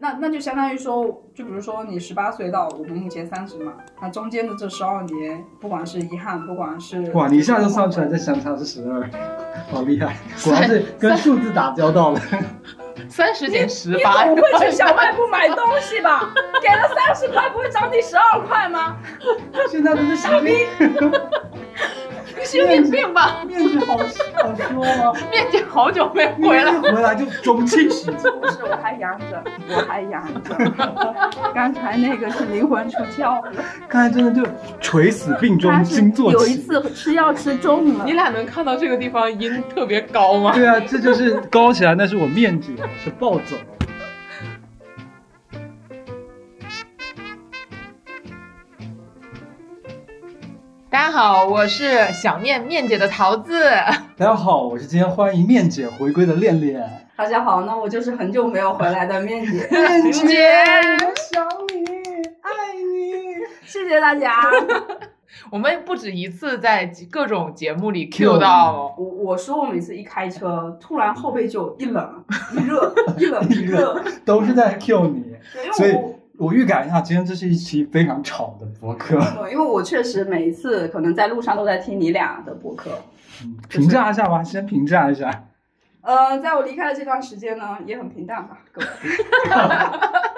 那那就相当于说，就比如说你十八岁到我们目前三十嘛，那中间的这十二年，不管是遗憾，不管是哇，你一下就算出来这相差是十二，好厉害，果然是跟数字打交道了。三十减十你八，总会去小哎 卖部买东西吧？给了三十块，不会涨你十二块吗？现在都是傻逼，你神经病吧？面具好好说吗？面积好久没面回来具回来就中气十足。不是，我还阳着，我还阳 着。刚才那个是灵魂出窍， 看来真的就垂死病中他是惊坐起。有一次吃药吃中了你。俩能看到这个地方音特别高吗？对啊，这就是高起来，那是我面具是暴走。大家好，我是想念面姐的桃子。大家好，我是今天欢迎面姐回归的恋恋。大家好，那我就是很久没有回来的面姐。面姐我想你，爱你。谢谢大家。我们不止一次在各种节目里 Q Q 到，我我说我每次一开车，突然后背就一冷一热，一 冷一热。都是在 Q 你。所对，以因为我我预感一下，今天这是一期非常吵的博客。对因为我确实每一次可能在路上都在听你俩的播客。嗯评价一下吧，先评价一下。呃，在我离开的这段时间呢，也很平淡吧，各位。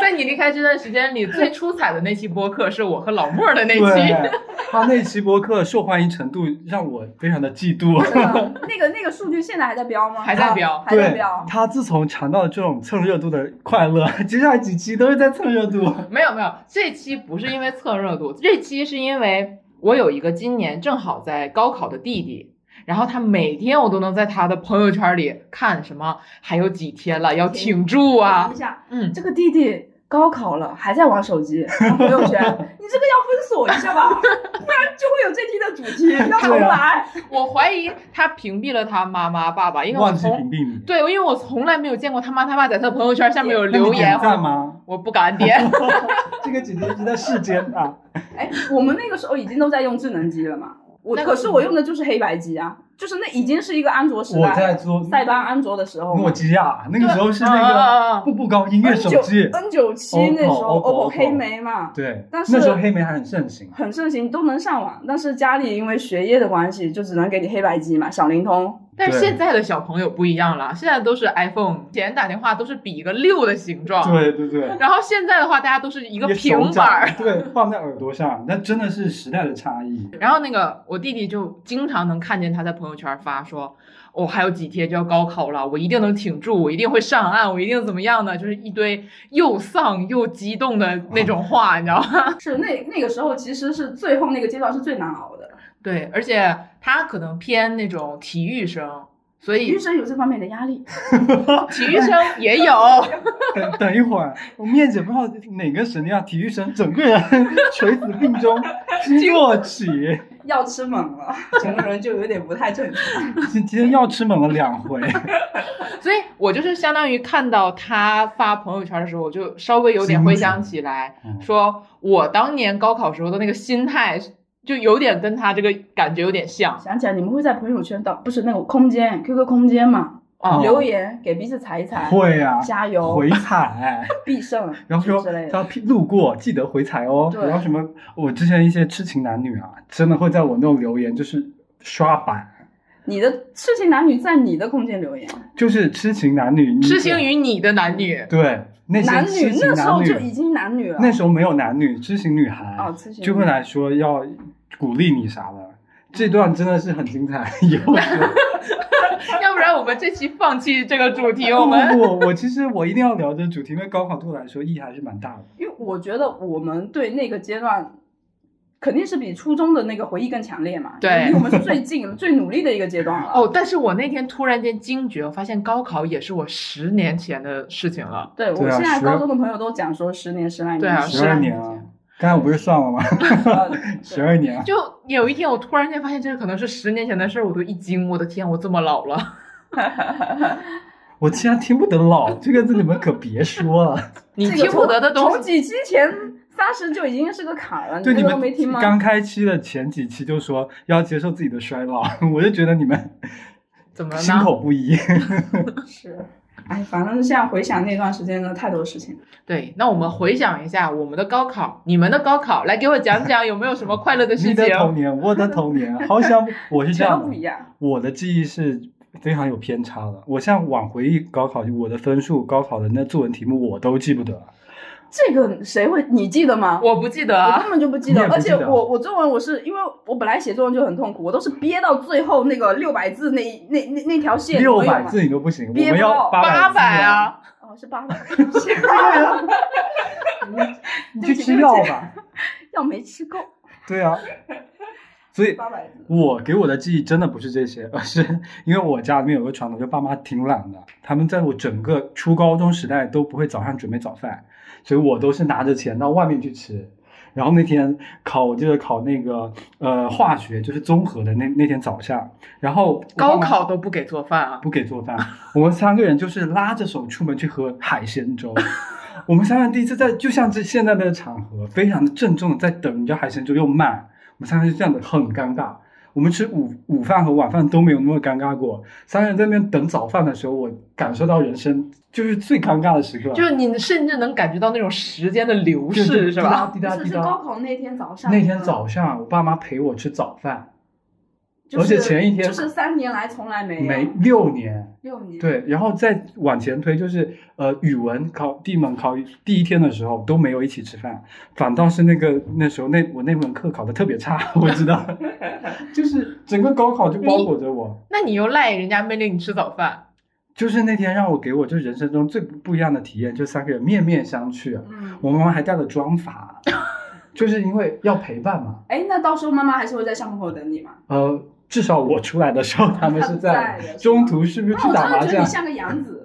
在你离开这段时间里，最出彩的那期播客是我和老莫的那期。对，他那期博客受欢迎程度让我非常的嫉 妒。真的，那个那个数据现在还在飙吗？还在飙啊还在对飙，。他自从尝到了这种蹭热度的快乐，接下来几期都是在蹭热度。没有没有，这期不是因为蹭热度，这期是因为我有一个今年正好在高考的弟弟。然后他每天我都能在他的朋友圈里看什么，还有几天了，要挺住等啊一！下，嗯，这个弟弟高考了，还在玩手机朋友圈， 你这个要封锁一下吧，不然就会有这期的主题要重来。嗯我怀疑他屏蔽了他妈妈、爸爸，因为我忘记屏从蔽你。对，因为我从来没有见过他妈他爸在他的朋友圈下面有那你留点，言赞吗？我不 敢点。这个姐姐一直在世间 啊，哎，我们那个时候已经都在用智能机了嘛？我那个嗯可是我用的就是黑白机啊，就是那已经是一个安卓时我在代，做塞班安卓的时候诺嘛。基亚，那个时候是那个啊，嗯步步高音乐 N 手九机，哦 N 九七 OPPO，那时候 OPPO OPPO 黑莓嘛，对，但是那时候黑莓还很盛行。啊很盛行，都能上网。但是家里因为学业的关系，就只能给你黑白机嘛，小灵通。但是对现在的小朋友不一样了，现在都是 iPhone，以前打电话都是比一个六的形状，对对对，然后现在的话大家都是啊一一个平板儿。对，放在耳朵上，那真的是时代的差异。然后那个我弟弟就经常能看见他在朋友圈发说，我、还有几天就要高考了，我一定能挺住，我一定会上岸，我一定怎么样呢？就是一堆又丧又激动的那种话，你知道吗？是那那个时候，其实是最后那个阶段是最难熬的。 对，而且他可能偏那种体育生，所体 育以生有这方面的压力，体育生也 有。等等一会儿，我面姐不知道哪个神啊，体育生整个人 垂死病中惊坐起，药吃猛了，整个人就有点不太正常。 今天药吃猛了两回。所以我就是相当于看到他发朋友圈的时候，我就稍微有点回想起来嗯，说我当年高考时候的那个心态，就有点跟他这个感觉有点像想起来，你们会在朋友圈当不是那个空间 QQ 空间嘛，啊哦。留言给彼此踩一踩，会啊，加油，回踩，必胜，然后说之类的要路过记得回踩哦。对然后什么，我之前一些痴情男女啊，真的会在我那种留言就是刷版，你的痴情男女在你的空间留言，就是痴情男女，你痴情于你的 男女，对那些男痴女情那时男候就已女，经男女了，那时候没有男女，痴情女孩啊哦，痴情就会来说要鼓励你啥的。这段真的是很精彩，以后说要不然我们这期放弃这个主题，我们不不不，我其实我一定要聊这个主题，因为高考对我来说意义还是蛮大的。因为我觉得我们对那个阶段。肯定是比初中的那个回忆更强烈嘛，对离我们是最近、最努力的一个阶段了。哦，，但是我那天突然间惊觉，我发现高考也是我十年前的事情了。对我对啊现在十高中的朋友都讲说十年十来年，对啊十二年啊，刚才我不是算了吗？ 呃十二年啊，就有一天，我突然间发现这可能是十年前的事儿，我都一惊，我的天，我这么老了。我竟然听不得老这个字，你们可别说了。你这个听不得的从东西从几期前三十就已经是个坎儿了，就这你个都没听们吗？刚开期的前几期就说要接受自 己的衰老，我就觉得你们怎么了心呢？口不一。是，哎，反正现在回想那段时间真的太多事情了。对，那我们回想一下我们的高考，你们的高考，来给我讲讲有没有什么快乐的事你情的？童年，我的童年，好想我是这 全样都不的一，样。我的记忆是非常有偏差的。我像往回忆高考，我的分数、高考的那作文题目我都记不得。这个谁会？你记得吗？我不记得我啊，根本就不记得，你也不而记且得啊我我作文我是因为我本来写作文就很痛苦，我都是憋到最后那个六百字那那那那条线。六你们有百吗字你都不行，我憋们不要到八八百字！啊，哦，是八百， 啊你对不去起吃对不药起吧。 要没吃够。对啊，所以八百字，我给我的记忆真的不是这些，而是因为我家里面有个传统，就爸妈挺懒的，他们在我整个初高中时代都不会早上准备早饭，所以我都是拿着钱到外面去吃。然后那天考，我记得考那个呃化学，就是综合的那那天早上，然后我爸高妈考都不给做饭啊，不给做饭，我们三个人就是拉着手出门去喝海鲜粥。我们三个人第一次在，就像这现在的场合，非常的郑重的在等，人家海鲜粥又慢，我们三个人就这样的很尴尬。我们吃午午饭和晚饭都没有那么尴尬过，三个人在那边等早饭的时候，我感受到人生就是最尴尬的时刻，就是你甚至能感觉到那种时间的流就逝，是吧？？滴答滴答是滴是答高。考那天早上。那天，早上，我爸妈陪我吃早饭，就是、而且前一天就是三年来从来没有没六年，六年。对，然后再往前推，就是呃，语文考第一门考第一天的时候都没有一起吃饭，反倒是那个那时候那我那门课考的特别差，我知 道，就是整个高考就包裹着我。那你又赖人家没领你吃早饭，就是那天让我给我就人生中最不不一样的体验，就三个人面面相觑。嗯，我妈妈还带了妆 法，就是因为要陪伴嘛。哎，那到时候妈妈还是会在校门口等你吗？呃，至少我出来的时候他们她 是不在在的是中吗途是不是那去我打真麻的觉得将你？像个养子。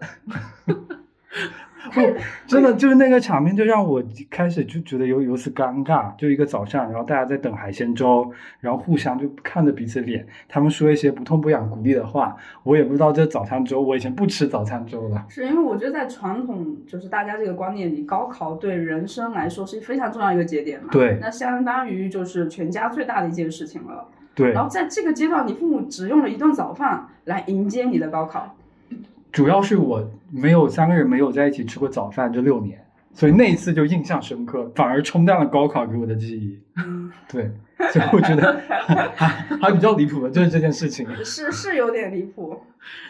真的就是那个场面，就让我开始就觉得有有丝尴尬，就一个早上，然后大家在等海鲜粥，然后互相就看着彼此脸，他们说一些不痛不痒鼓励的话，我也不知道这早餐粥，我以前不吃早餐粥的，是因为我觉得在传统就是大家这个观念里，高考对人生来说是非常重要一个节点嘛。对那相当于就是全家最大的一件事情了。对然，后在这个阶段，你父母只用了一顿早饭来迎接你的高考。主要是我没有三个人没有在一起吃过早饭这六年，所以那一次就印象深刻，反而冲淡了高考给我的记忆，嗯，对，所以我觉得 还还比较离谱的就是这件事情，是是有点离谱。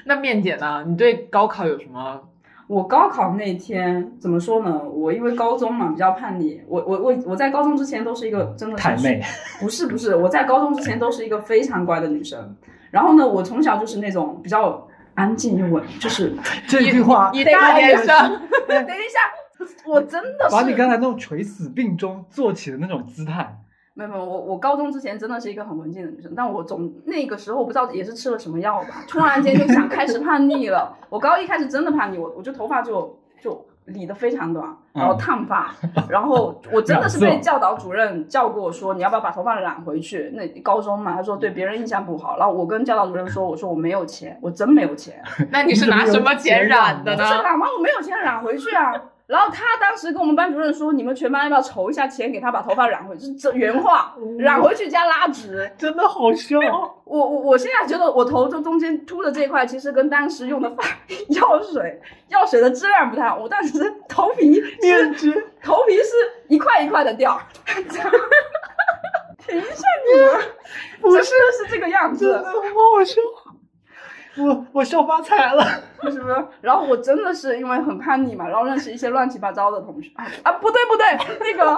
那面姐呢？你对高考有什么？我高考那天怎么说呢？我因为高中嘛比较叛逆，我我我我在高中之前都是一个真的是太妹，不是不是，我在高中之前都是一个非常乖的女生。然后呢，我从小就是那种比较安静又稳，就是这句话你大学生， 等一下，我真的把你是刚才那种垂死病中坐起的那种姿态，没有没有，我我高中之前真的是一个很文静的女生，但我总那个时候我不知道也是吃了什么药吧，突然间就想开始叛逆了。我高一开始真的叛逆，我我就头发就就理得非常短，然后烫发，然后我真的是被教导主任叫过说你要不要把头发染回去。那高中嘛，他说对别人印象不好，然后我跟教导主任说我说我没有钱，我真没有钱，那你是拿什么钱染的就是呢？染完我没有钱染回去啊。然后他当时跟我们班主任说，你们全班要不要筹一下钱给他把头发染回去？这这原话，染回去加拉直。真的好笑。我我我现在觉得我头就中间秃的这一块，其实跟当时用的发 药水药水的质量不太好。我当时头皮是面具，头皮是一块一块的掉， 停一下你们，不是是这个样真的子，好好笑。我我笑发财了，是不是？然后我真的是因为很叛逆嘛，然后认识一些乱七八糟的同学啊啊，不对不对，那个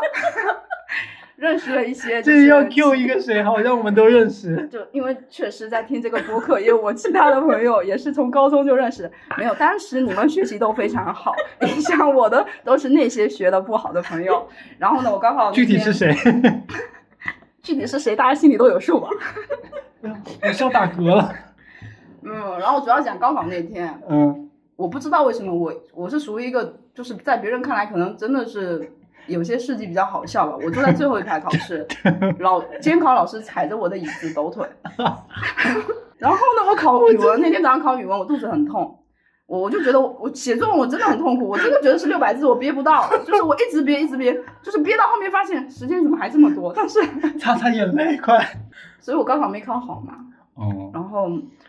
认识了一些、就这是要 Q 一个谁？好像我们都认识。就因为确实在听这个播客，因为我其他的朋友也是从高中就认识，没有，当时你们学习都非常好，你像我的都是那些学的不好的朋友。然后呢，我高考那具体天是谁？具体是谁，大家心里都有数吧。我笑打嗝 了。嗯，然后主要讲高考那天，嗯，我不知道为什么我我是属于一个，就是在别人看来可能真的是有些事迹比较好笑吧。我坐在最后一排考试，老监考老师踩着我的椅子抖腿。 然后呢，我考语文那天早上考语文，我肚子很痛，我我就觉得我我写作文我真的很痛苦，我真的觉得是六百字我憋不到，就是我一直憋一直憋，就是憋到后面发现时间怎么还这么多，但是 擦擦眼泪，快。所以我高考没考好嘛。哦，然后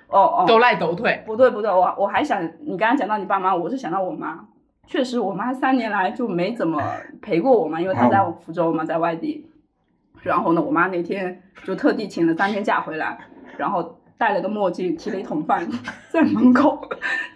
哦哦，都赖抖腿。不对不对，我我还想你刚刚讲到你爸妈，我是想到我妈。确实，我妈三年来就没怎么陪过我嘛，因为哦她在福州嘛，在外地。然后呢，我妈那天就特地请了三天假回来，然后戴了个墨镜，提了一桶饭，在门口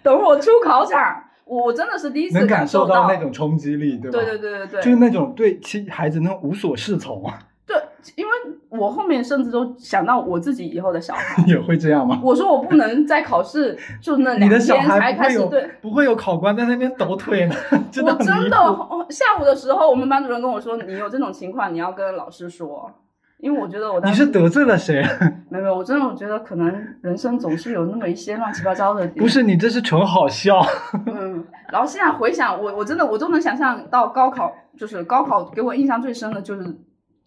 等我出考场。我真的是第一次能感受受到那种冲击力，对吧？对对对对就是对，那种对其孩子那种无所适从，，对，因为我后面甚至都想到我自己以后的小孩 也会这样吗？我说我不能在考试就那你两的小天才孩不开会始有对。不会有考官在那边抖腿呢？ 真的我很真离的谱哦下午的时候，我们班主任跟我说，你有这种情况，你要跟老师说，因为我觉得我当你时是得罪了谁？没有没有，我真的我觉得可能人生总是有那么一些乱七八糟的点。不，是你这是纯好笑，嗯。然后现在回想，我我真的我都能想象到高考，就是高考给我印象最深的就是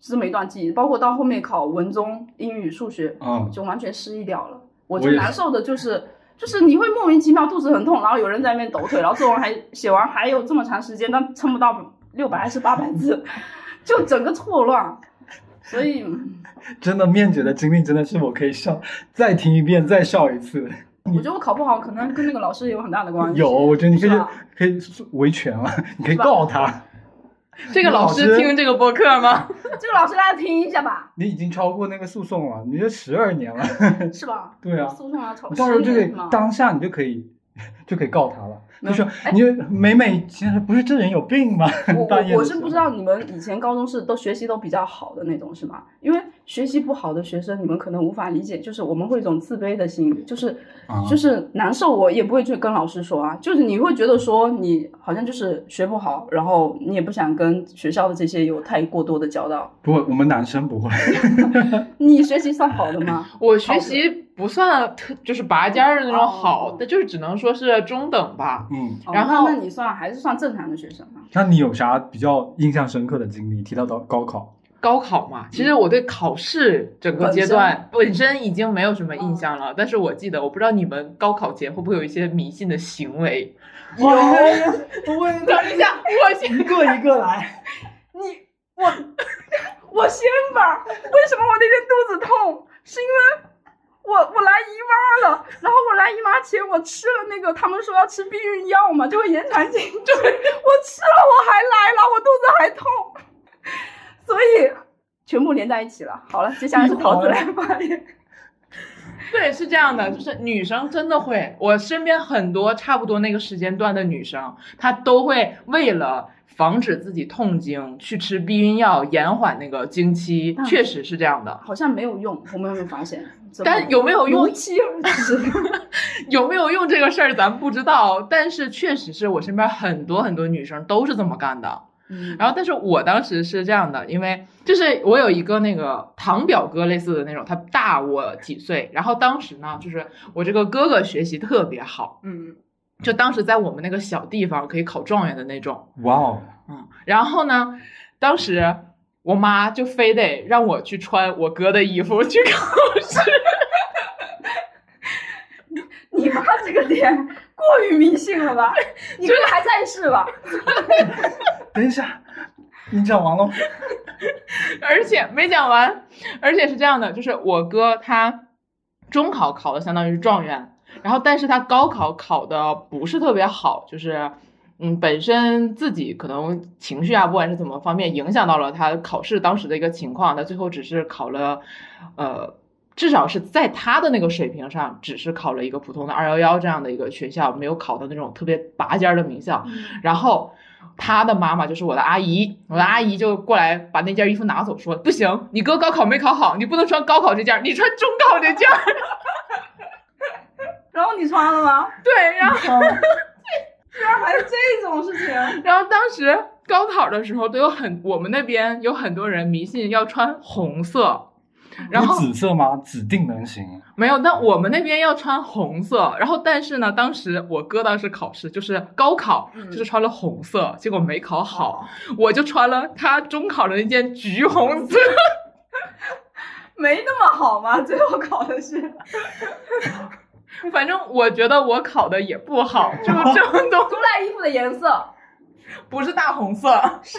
这么一段记忆，包括到后面考文综、英语、数学，嗯，就完全失忆掉了。我我最也难受的就是。就是你会莫名其妙肚子很痛，然后有人在那边抖腿，然后作文还写完还有这么长时间，但撑不到六百还是八百字， 就整个错乱。所以，嗯真的面姐的经历真的是我可以笑，再听一遍再笑一次。我觉得我考不好，可能跟那个老师也有很大的关系。有，我觉得你可以是吧可以维权了，你可以是吧告他，这个老老师师听这个播客吗？这个老师来听一下吧，你已经超过那个诉讼了，你这十二年了。 是吧？对啊，诉讼要吵，你到时候就可是以吗当下你就可以 就可以告他了，没就有说你就美美，其实不是这人有病吧？我半夜我我的时是候不知道你们以前高中是都学习都比较好的那种是吗？因为学习不好的学生，你们可能无法理解，就是我们会有一种自卑的心理，就是、啊就是难受，我也不会去跟老师说啊，就是你会觉得说你好像就是学不好，然后你也不想跟学校的这些有太过多的交道。不，我们男生不会，你学习算好的吗？ 我学习不算特，就是拔尖儿的那种哦好的，就是只能说是中等吧。嗯。哦然后那那你算还是算正常的学生啊？那你有啥比较印象深刻的经历？提到到高考，高考嘛，其实我对考试整个阶段本身哦已经没有什么印象了，但是我记得，我不知道你们高考前会不会有一些迷信的行为。哇，我等一下，我先一个一个来，你我我先吧，为什么我那天肚子痛？是因为我我来姨妈了，然后我来姨妈前我吃了那个他们说要吃避孕药嘛，就会延长性，对，我吃了我还来了，我肚子还痛，所以全部连在一起了。好了，接下来是桃子来发言。对，是这样的，就是女生真的会，我身边很多差不多那个时间段的女生，她都会为了防止自己痛经去吃避孕药，延缓那个经期，嗯确实是这样的。好像没有用，我们有没有发现？ 但有没有用如期而 至，有没有用这个事儿咱不知道，但是确实是我身边很多很多女生都是这么干的。嗯然后，但是我当时是这样的，因为就是我有一个那个堂表哥类似的那种，他大我几岁。然后当时呢，就是我这个哥哥学习特别好，嗯，就当时在我们那个小地方可以考状元的那种，哇 哦，嗯，然后呢，当时我妈就非得让我去穿我哥的衣服去考试，你妈这个点过于迷信了吧？你这个还在世吧？等一下，你讲完了吗， 而且没讲完，而且是这样的，就是我哥他中考考的相当于是状元，然后但是他高考考的不是特别好，就是。嗯，本身自己可能情绪啊，不管是怎么方面，影响到了他考试当时的一个情况。他最后只是考了，呃，至少是在他的那个水平上，只是考了一个普通的二幺幺这样的一个学校，没有考到那种特别拔尖儿的名校。然后他的妈妈就是我的阿姨，我的阿姨就过来把那件衣服拿走，说不行，你哥高考没考好，你不能穿高考这件儿，你穿中考这件儿。 然后你穿了吗？对，然后居然还有这种事情！ 然后当时高考的时候都有很，我们那边有很多人迷信要穿红色，然后有紫色吗？指定能行，没有，但我们那边要穿红色，然后但是呢，当时我哥当时考试就是高考，嗯就是穿了红色，结果没考好，我就穿了他中考的那件橘红色。没那么好吗？最后考的是，出反正我觉得我考的也不好，就是这种东来衣服的颜色 不是大红色。是，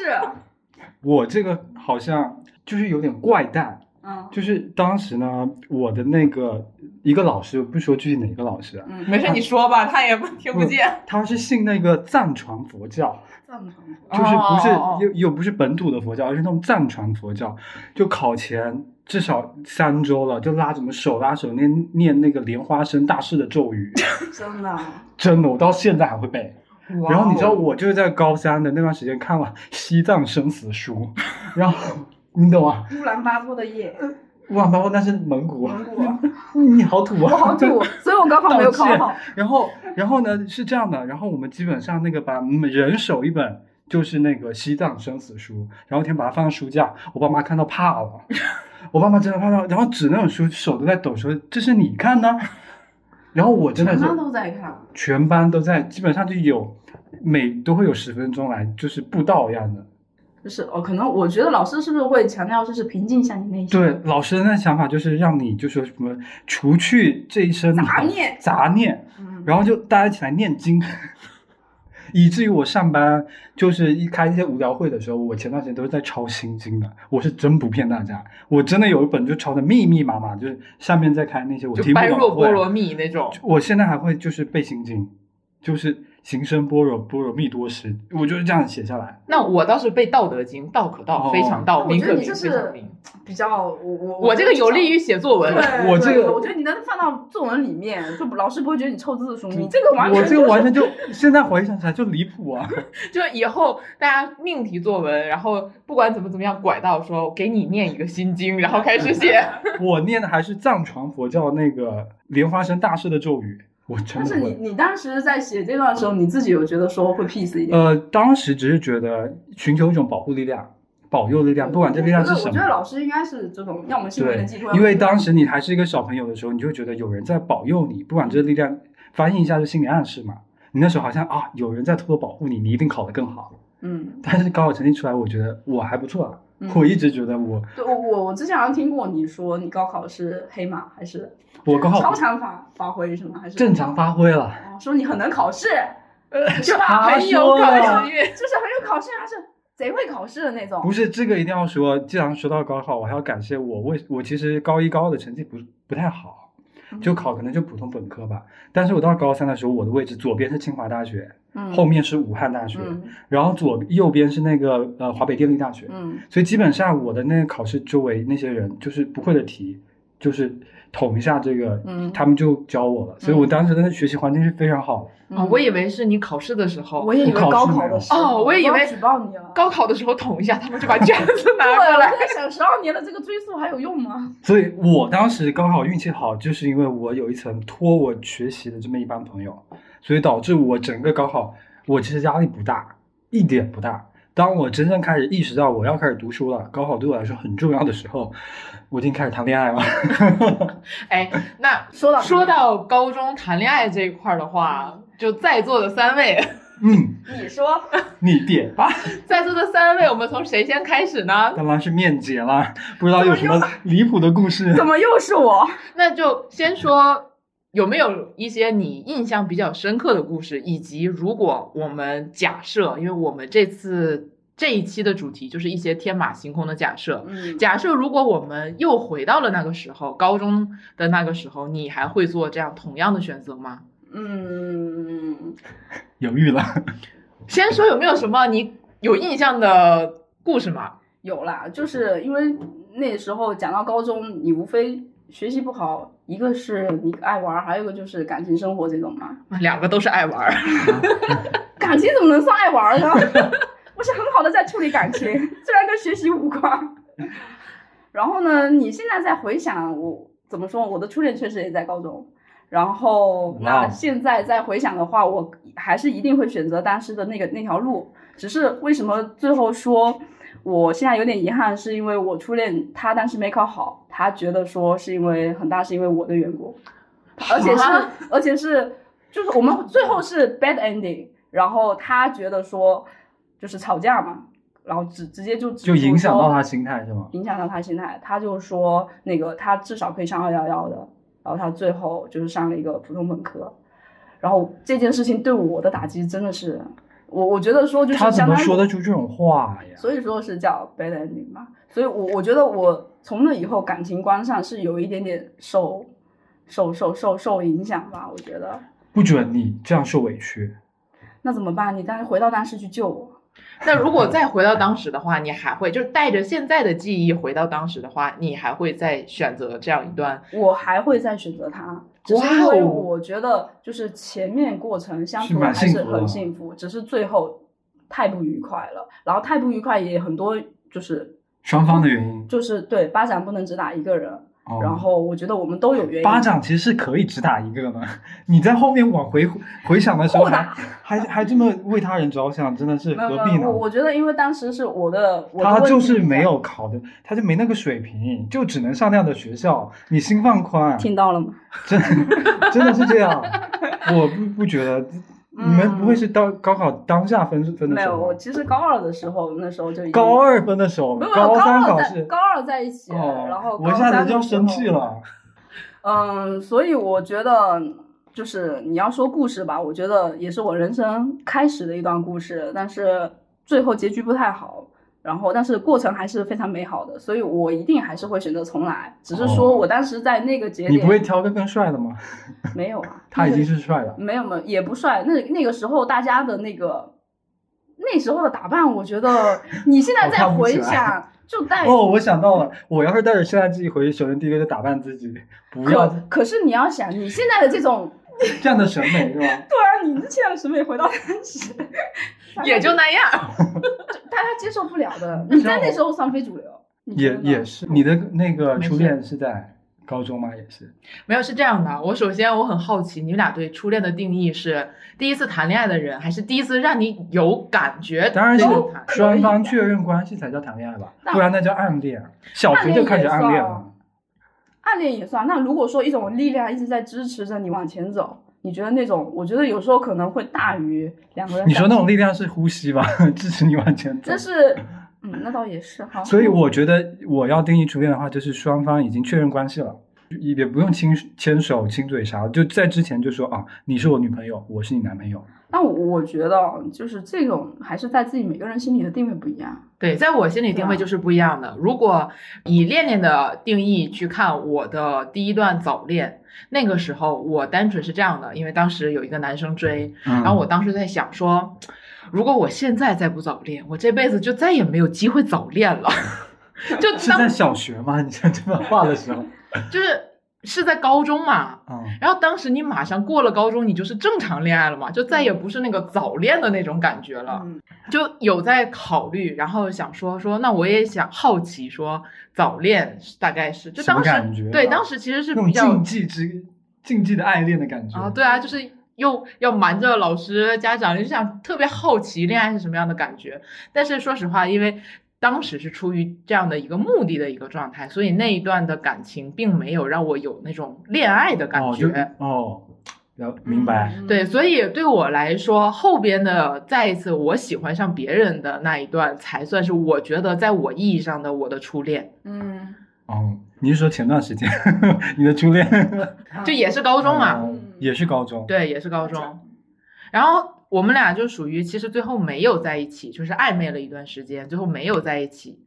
我这个好像就是有点怪诞，嗯就是当时呢，我的那个一个老师，不说具体哪个老师啊，嗯，没事，你说吧，他也不听不见。他是信那个藏传佛教，藏传就是不是哦哦哦又又不是本土的佛教，而是那种藏传佛教，就考前至少三周了，就拉着我们手拉手念念那个莲花生大师的咒语，真的啊，真的，我到现在还会背。哇哦然后你知道，我就是在高三的那段时间看完《西藏生死书》，然后你懂吗？乌兰巴托的夜，哇，包括那是蒙古，蒙古啊 你好土啊！我好 土，所以我高考没有考道好。然后，然后呢是这样的，然后我们基本上那个把嗯人手一本，就是那个《西藏生死书》，然后天把它放在书架，我爸妈看到怕 了，我爸妈真的怕到，然后指那本书手都在抖，说这是你看呢、然后我真的 全是班都在看，全班都在，基本上就有每都会有十分钟来就是布道一样的。就是哦，可能我觉得老师是不是会强调就是平静一下你内心？对，老师的那想法就是让你就说什么除去这一身杂念杂念，嗯，然后就大家一起来念经， 以至于我上班就是一开一些无聊会的时候，我前段时间都是在抄心经的，我是真不骗大家，我真的有一本就抄的密密麻麻，就是下面在开那些我就听不般懂的若波罗会，蜜那种，我现在还会就是背心经，就是行深般若波罗蜜多时，我就是这样写下来。那我倒是背《道德经》，道可道，哦非常道，我名觉得你可名，这非是常名。比较我我我这个有利于写作文对。对我这个我觉得你能放到作文里面，就老师不会觉得你凑字数，你这个完全我这个就是完全就现在回想起来就离谱 啊！就是以后大家命题作文，然后不管怎么怎么样拐到说给你念一个心经，然后开始写。我念的还是藏传佛教那个莲花生大师的咒语，我真但的是会你。你当时在写这段的时候，你自己有觉得说会 peace 一点？呃，当时只是觉得寻求一种保护力量、保佑力量，不管这力量是我觉什得我觉得么。老师应该是这种，要么心灵的啊对寄托，，因为当时你还是一个小朋友的时候，你就觉得有人在保佑你，不管这力量，翻译一下是心理暗示嘛。你那时候好像啊，有人在偷偷保护你，你一定考得更好。嗯，但是高考成绩出来，我觉得我还不错啊。嗯我一直觉得我对我我我之前好像听过你说你高考是黑马还是我高超考常发发挥是吗？还是正常发挥了。哦？说你很能考试，就 他很有说考了试运。就是很有考试，还是贼会考试的那种不。是这个一定要说，既然说到高考，我还要感谢我为我其实高一高二的成绩不不太好，嗯就考可能就普通本科吧。但是我到高三的时候，我的位置左边是清华大学，嗯后面是武汉大学，嗯然后左右边是那个呃华北电力大学。嗯所以基本上我的那个考试周围那些人就是不会的题，就是统一下这个，嗯他们就教我了。所以我当时的学习环境是非常好的。嗯啊，我以为是你考试的时候我，也以为我高考考试没有的时候哦我以为都要举报你了。高考的时候捅一下，他们就把卷子拿对，过我来。在想十二年的这个追溯还有用吗？所以我当时高考运气好，就是因为我有一层托我学习的这么一帮朋友，所以导致我整个高考我其实压力不大，一点不大。当我真正开始意识到我要开始读书了，高考对我来说很重要的时候，我已经开始谈恋爱了。 哎，那说到说到高中谈恋爱这一块儿的话，就在座的三位，嗯，你说，你点吧，在座的三位，我们从谁先开始呢？当然是面姐啦。不知道有什么离谱的故事？怎么又是 我？那就先说有没有一些你印象比较深刻的故事，以及如果我们假设，因为我们这次这一期的主题就是一些天马行空的假设。嗯假设如果我们又回到了那个时候，高中的那个时候，你还会做这样同样的选择吗？嗯，犹豫了。 先说有没有什么你有印象的故事吗？有啦，嗯就是因为那时候讲到高中，你无非学习不好，一个是你爱玩，还有一个就是感情生活这种嘛。 两个都是爱玩儿， 感情怎么能算爱玩呢？ 我是很好的在处理感情， 虽然跟学习无关。然后呢，你现在再回想我怎么说，我的初恋确实也在高中。然后哇那哦现在再回想的话，我还是一定会选择当时的那个那条路。只是为什么最后说我现在有点遗憾，是因为我初恋他当时没考好，他觉得说是因为很大是因为我的缘故。而且是啊而且是就是我们最后是 bad ending，然后他觉得说就是吵架嘛，然后直直接就指就出影响说到他心态是吗？影响到他心态，他就说那个他至少可以上二幺幺的，然后他最后就是上了一个普通本科，然后这件事情对我的打击真的是我我觉得说就是他怎相么当于说得出这种话呀？所以说是叫 bad ending 嘛。所以我，我觉得我从那以后感情观上是有一点点受受受受受影响吧。我觉得不准你这样受委屈，那怎么办？你当时回到当时去救我，那如果再回到当时的话，你还会就是带着现在的记忆回到当时的话，你还会再选择这样一段？我还会再选择他。只是因哇为哦我觉得，就是前面过程相是处蛮还幸是福的很幸福，只是最后太不愉快了。然后太不愉快也很多，就是双方的原因。就是对巴掌不能只打一个人。哦、然后我觉得我们都有原因。巴掌其实是可以只打一个的，你在后面往回回想的时候互还打还还这么为他人着想，真的是没有何没必有，呢我？我觉得因为当时是我的，我的他问就题是比较没有考的，他就没那个水平，就只能上那样的学校。你心放宽，听到了吗？真真的 是这样，我不不觉得。你们不会是当高考当下分分的嗯没时有，候我吧？其实高二的时候，那时候就已经高二分的时候，没有没有高三考二在试高二在一起，哦，然后我一高下三的子就要时候生气。了。嗯，所以我觉得就是你要说故事吧，我觉得也是我人生开始的一段故事，但是最后结局不太好。然后，但是过程还是非常美好的，所以我一定还是会选择重来。只是说哦我当时在那个节你点，不会挑个更帅的吗？没有啊？ 他那已个经是帅了。没有没有，也不帅。那那个时候大家的那个那时候的打扮，我觉 得你现在再我看不回起来想，就带哦，我想到了，我要是带着现在自己回去，首先第一个就打扮自己，不要可可是你要想，你现在的这种，这样的审美是吧？对啊，你这样的审美回到当 时，也就那样，大家接受不了的。你在那时候上非主流，你觉也得呢也是，你的那个没事初恋是在高中吗？也是， 没有是这样的。我首先我很好奇，你们俩对初恋的定义是第一次谈恋爱的人，还是第一次让你有感觉？当然是有谈双方确认关系才叫谈恋爱吧，那不然那叫暗恋。啊小学就开始暗恋了，暗恋也算。那如果说一种力量一直在支持着你往前走，你觉得那种，我觉得有时候可能会大于两个人。你说那种力量是呼吸吧， 支持你往前走这。是，嗯，那倒也是哈。所以我觉得我要定义初恋的话，就是双方已经确认关系了，也不用亲牵手、亲嘴啥，就在之前就说啊，你是我女朋友，我是你男朋友。但我我觉得就是这种还是在自己每个人心里的定位不一样。对，在我心里对定位啊就是不一样的。如果以恋恋的定义去看我的第一段早恋，那个时候我单纯是这样的，因为当时有一个男生追，嗯然后我当时在想说，如果我现在再不早恋，我这辈子就再也没有机会早恋了。 就是在当小学吗？ 你讲这么话的 时候，就是是在高中嘛，嗯，然后当时你马上过了高中，你就是正常恋爱了嘛，就再也不是那个早恋的那种感觉了。嗯，就有在考虑，然后想说说，那我也想好奇说早恋是大概是就什么当感觉时对啊当时其实是那比种较禁忌之禁忌的爱恋的感觉啊，对啊，就是又要瞒着老师家长，就想特别好奇恋爱是什么样的感觉。但是说实话，因为当时是出于这样的一个目的的一个状态，所以那一段的感情并没有让我有那种恋爱的感哦，觉。就哦，了明白。嗯。对，所以对我来说，后边的再一次我喜欢上别人的那一段，才算是我觉得在我意义上的我的初恋，嗯，哦，你是说前段时间 你的初恋？嗯就也是高中嘛，哦也是高中。对，也是高中。然后我们俩就属于其实最后没有在一起，就是暧昧了一段时间，最后没有在一起。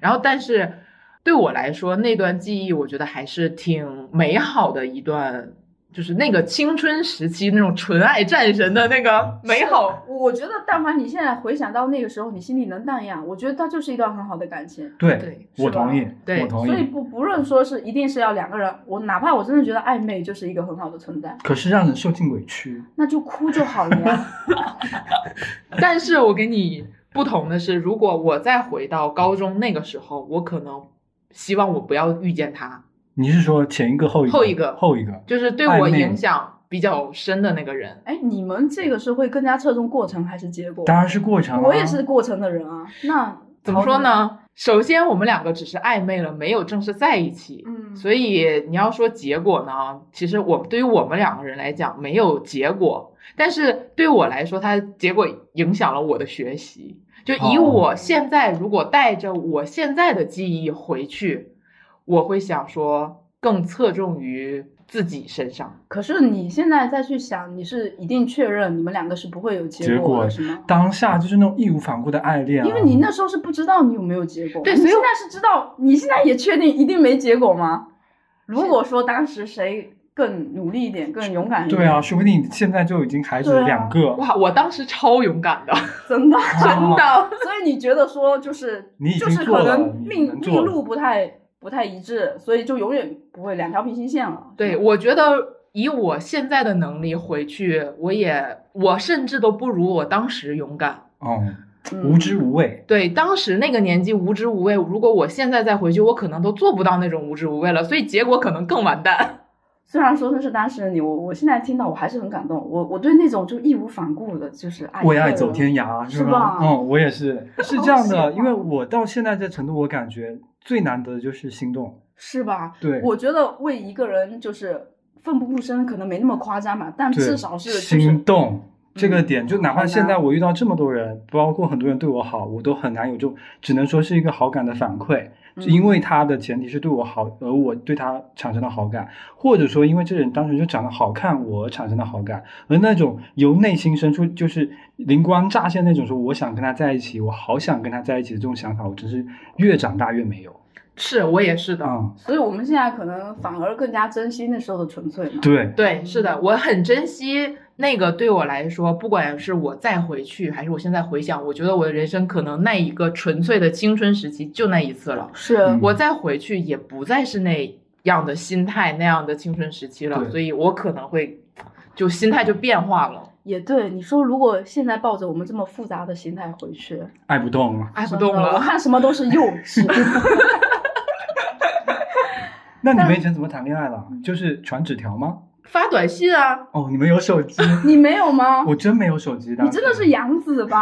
然后但是对我来说，那段记忆我觉得还是挺美好的一段。就是那个青春时期那种纯爱战神的 那个美好，我觉得，但凡你现在回想到那个时候，你心里能荡漾，我觉得它就是一段很好的感情。对对是我吧同意，对我同所以意。不不论说是一定是要两个人，我哪怕我真的觉得暧昧就是一个很好的存在，可是让人受尽委屈。那就哭就好了呀。但是我跟你不同的是，如果我再回到高中那个时候，我可能希望我不要遇见他，你是说前一个后一个后一个后一个？就是对暧我昧影响比较深的那个人。哎，你们这个是会更加侧重过程还是结果？当然是过程、啊。我也是过程的人啊。那怎么说？呢？首先，我们两个只是暧昧了，没有正式在一起。嗯，所以你要说结果呢，其实我对于我们两个人来讲没有结果，但是对我来说，它结果影响了我的学习。就以哦我现在如果带着我现在的记忆回去，我会想说更侧重于自己身上。可是你现在再去想，你是一定确认你们两个是不会有结结果果的，是吗？当下就是那种义无反顾的爱恋、啊，因为你那时候是不知道你有没有结果，对你所以现我在是知道，你现在也确定一定没结果吗？如果说当时谁更努力一点，更勇敢一点，对啊，，说不定你现在就已经孩子对啊两个，哇，我当时超勇敢的，真的，真的。 所以你觉得说就是哦你已经就是做可了能你命能做命了路不太不太一致，所以就永远不会两条平行线了。对，我觉得以我现在的能力回去，我也我甚至都不如我当时勇敢。嗯，嗯无知无畏。对，当时那个年纪无知无畏，如果我现在再回去，我可能都做不到那种无知无畏了，所以结果可能更完蛋。 虽然说那是当时的你，我我现在听到我还是很感动。我我对那种就义无反顾的，就是爱，为爱走天涯是吧吧？嗯，我也是，是这样喜的，欢因为我到现在这程度，我感觉最难得的就是心动。是吧？对，我觉得为一个人就是奋不顾身，可能没那么夸张吧，但对至少是就是嗯心动这个点，就哪好怕难现在我遇到这么多人，包括很多人对我好，我都很难有这种，只能说是一个好感的反馈。嗯因为他的前提是对我好，而我对他产生了好感，或者说因为这人单纯就长得好看，我产生了好感，而那种由内心深处就是灵光乍现那种说我想跟他在一起，我好想跟他在一起的这种想法，我真是越长大越没有。是我也是的。嗯，所以我们现在可能反而更加珍惜那时候的纯粹嘛。对，对，是的，我很珍惜那个对我来说，不管是我再回去，还是我现在回想，我觉得我的人生可能那一个纯粹的青春时期就那一次了。是，嗯我再回去也不再是那样的心态，那样的青春时期了，对所以我可能会就心态就变化了，也对。你说如果现在抱着我们这么复杂的心态回去，爱不动了。爱不真动的我了。看什么都是幼 稚。那你们以前怎么谈恋爱了？就是传纸条吗？发短信啊，哦，你们有手机，你没有吗？我真没有手机的。啊你真的是杨子 吧？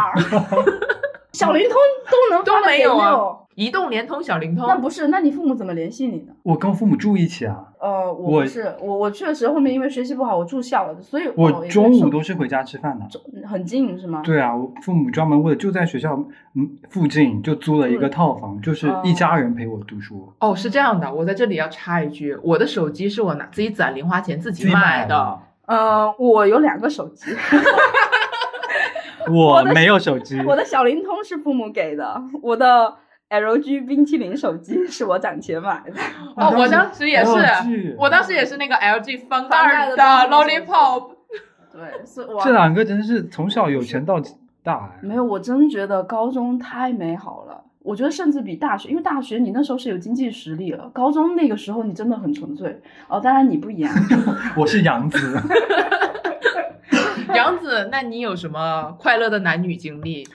小灵通都能都发得没有啊给六移动、联通、小灵那通，不是？那你父母怎么联系你的？我跟父母住一起啊，呃，我我不是我，我确实后面因为学习不好，我住校了，所以哦我也中没手午都是回家吃饭的。很近是吗？对啊，我父母专门为了就在学校嗯附近就租了一个套房，就是一家人陪我读书。哦，是这样的，我在这里要插一句，我的手机是我拿自己攒零花钱自己自己买买的的，呃，我有两个手机， 我我的没有手机，我的小灵通是父母给的，我的 LG 冰淇淋手机是我攒钱 买的。哦，我当时也是 LG，我当时也是那个 LG 翻盖翻儿盖的的东西 lollipop，对，是我啊这两个真是从小有钱到大、哎。没有，我真觉得高中太美好了。我觉得甚至比大学，因为大学你那时候是有经济实力了，高中那个时候你真的很纯粹哦。当然你不一样， 我是杨子， 杨子，那你有什么快乐的男女经历？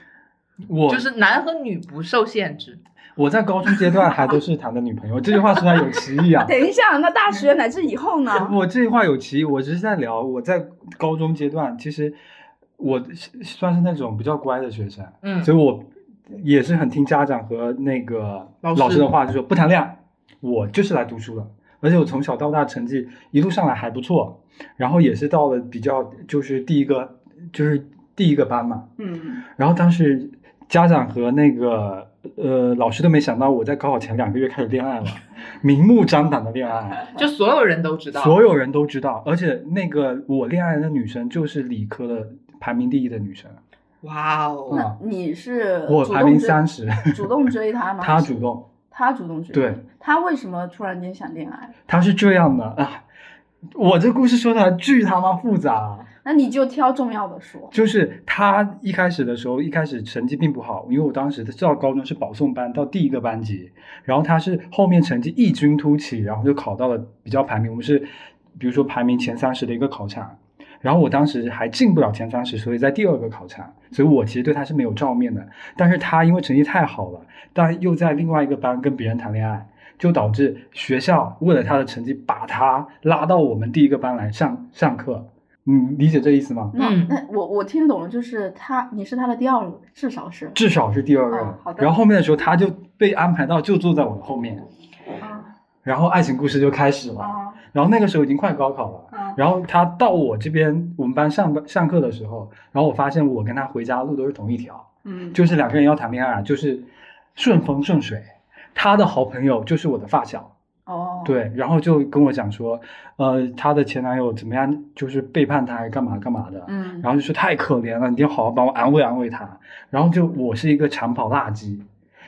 我就是男和女不受限制。我在高中阶段还都是谈的女朋友，这句话实在有歧义 啊。等一下，那大学乃至以后 呢？我这句话有歧义，我只是在聊我在高中阶段，其实我算是那种比较乖的学生，嗯，所以我也是很听家长和那个老师老师的话，就说不谈恋爱，我就是来读书的。而且我从小到大成绩一路上来还不错，然后也是到了比较就是第一个就是第一个班嘛，嗯，然后当时家长和那个呃老师都没想到我在高考前两个月开始恋爱 了，明目张胆的恋爱，就所有人都知道。所有人都知道，而且那个我恋爱的女生就是理科的排名第一的女生，哇哦，那你是我主排动名追三十，主动追他 吗？她主动。他主动追，对，他为什么突然间想恋爱？他是这样的啊，我这故事说的巨他妈复杂、啊那你就挑重要的说。就是他一开始的时候，一开始成绩并不好，因为我当时到高中是保送班，到第一个班级，然后他是后面成绩异军突起，然后就考到了比较排名，我们是比如说排名前三十的一个考场，然后我当时还进不了前三十，所以在第二个考场，所以我其实对他是没有照面的，但是他因为成绩太好了，但又在另外一个班跟别人谈恋爱。就导致学校为了他的成绩，把他拉到我们第一个班来上上课，你理解这意思吗？那嗯那我我听懂了，就是他，你是他的第二轮，至少是。至少是第二任。哦好的然后后面的时候，他就被安排到就坐在我的后面，啊然后爱情故事就开始了。啊然后那个时候已经快高考了，啊！然后他到我这边我们班上班上课的时候，然后我发现我跟他回家路都是同一条，嗯，啊就是两个人要谈恋爱，就是顺风顺水。他的好朋友就是我的发小，哦，对，然后就跟我讲说，呃，她的前男友怎么样，就是背叛她，干嘛干嘛的，嗯，然后就说太可怜了，你一定要好好帮我安慰安慰她。然后就我是一个长跑垃圾，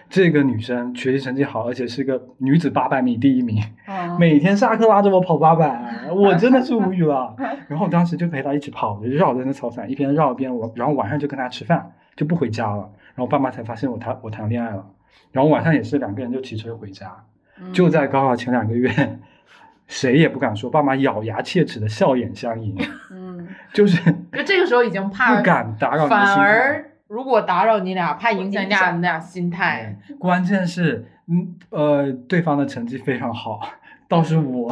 这个女生学习成绩好，而且是个女子八百米第一名，嗯每天下课拉着我跑八百，我真的是无语了。然后我当时就陪她一起跑，就绕着那操场一边绕一边玩，然后晚上就跟她吃饭，就不回家了。然后我爸妈才发现我谈我谈恋爱了，然后晚上也是两个人就骑车回家。嗯就在高考前两个月， 谁也不敢说，爸妈咬牙切齿的笑眼相迎， 嗯，就是就这个时候已经怕不敢打扰你的心反态。哎而如果打扰你俩，怕影响你影俩响你俩心态。对哎关键是，嗯呃，对方的成绩非常好，倒是 我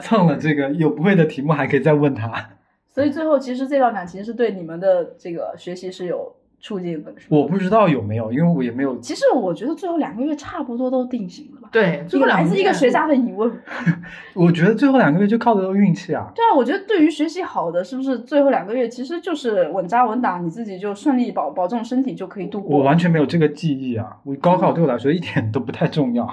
蹭了这个有不会的题目还可以再问他。所以最后其实这段感情是对你们的这个学习是有促进的，是吗我不知道有没有，因为我也没有。其实我觉得最后两个月差不多都定型了吧。对，这最个后来两自一个年学。渣的疑问。我觉得最后两个月就靠的都运气啊。对啊，我觉得对于学习好的，是不是最后两个月其实就是稳扎稳打，你自己就顺利保保重身体就可以度我过。完全没有这个记忆啊！我高考对我来说一点都不太重要，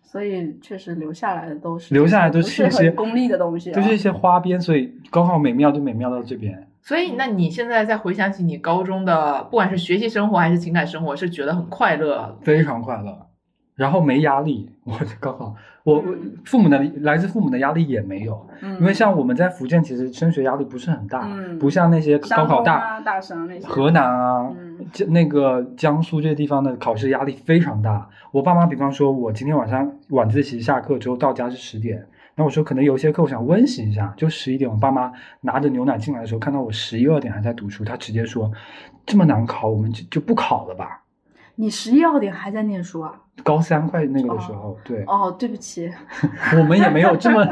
所以确实留下来的都是留下来都不是是一些很功利的东西、啊，都是一些花边，所以高考美妙就美妙到这边。所以，那你现在再回想起你高中的，不管是学习生活还是情感生活，是觉得很快乐。非常快乐，然后没压力。我的高考，我我嗯父母的来自父母的压力也没有，嗯因为像我们在福建，其实升学压力不是很大，嗯不像那些高山考东大、啊、大神那些河南啊。嗯江那个江苏这些地方的考试压力非常大。我爸妈，比方说，我今天晚上晚自习下课之后到家是十点，那我说可能有一些课我想温习一下，就十一点。我爸妈拿着牛奶进来的时候，看到我十一二点还在读书，他直接说：“这么难考，我们就就不考了吧。你十一二点还在念书啊？”高三快那个的时候，对，哦，对不起， 我们也没有这么，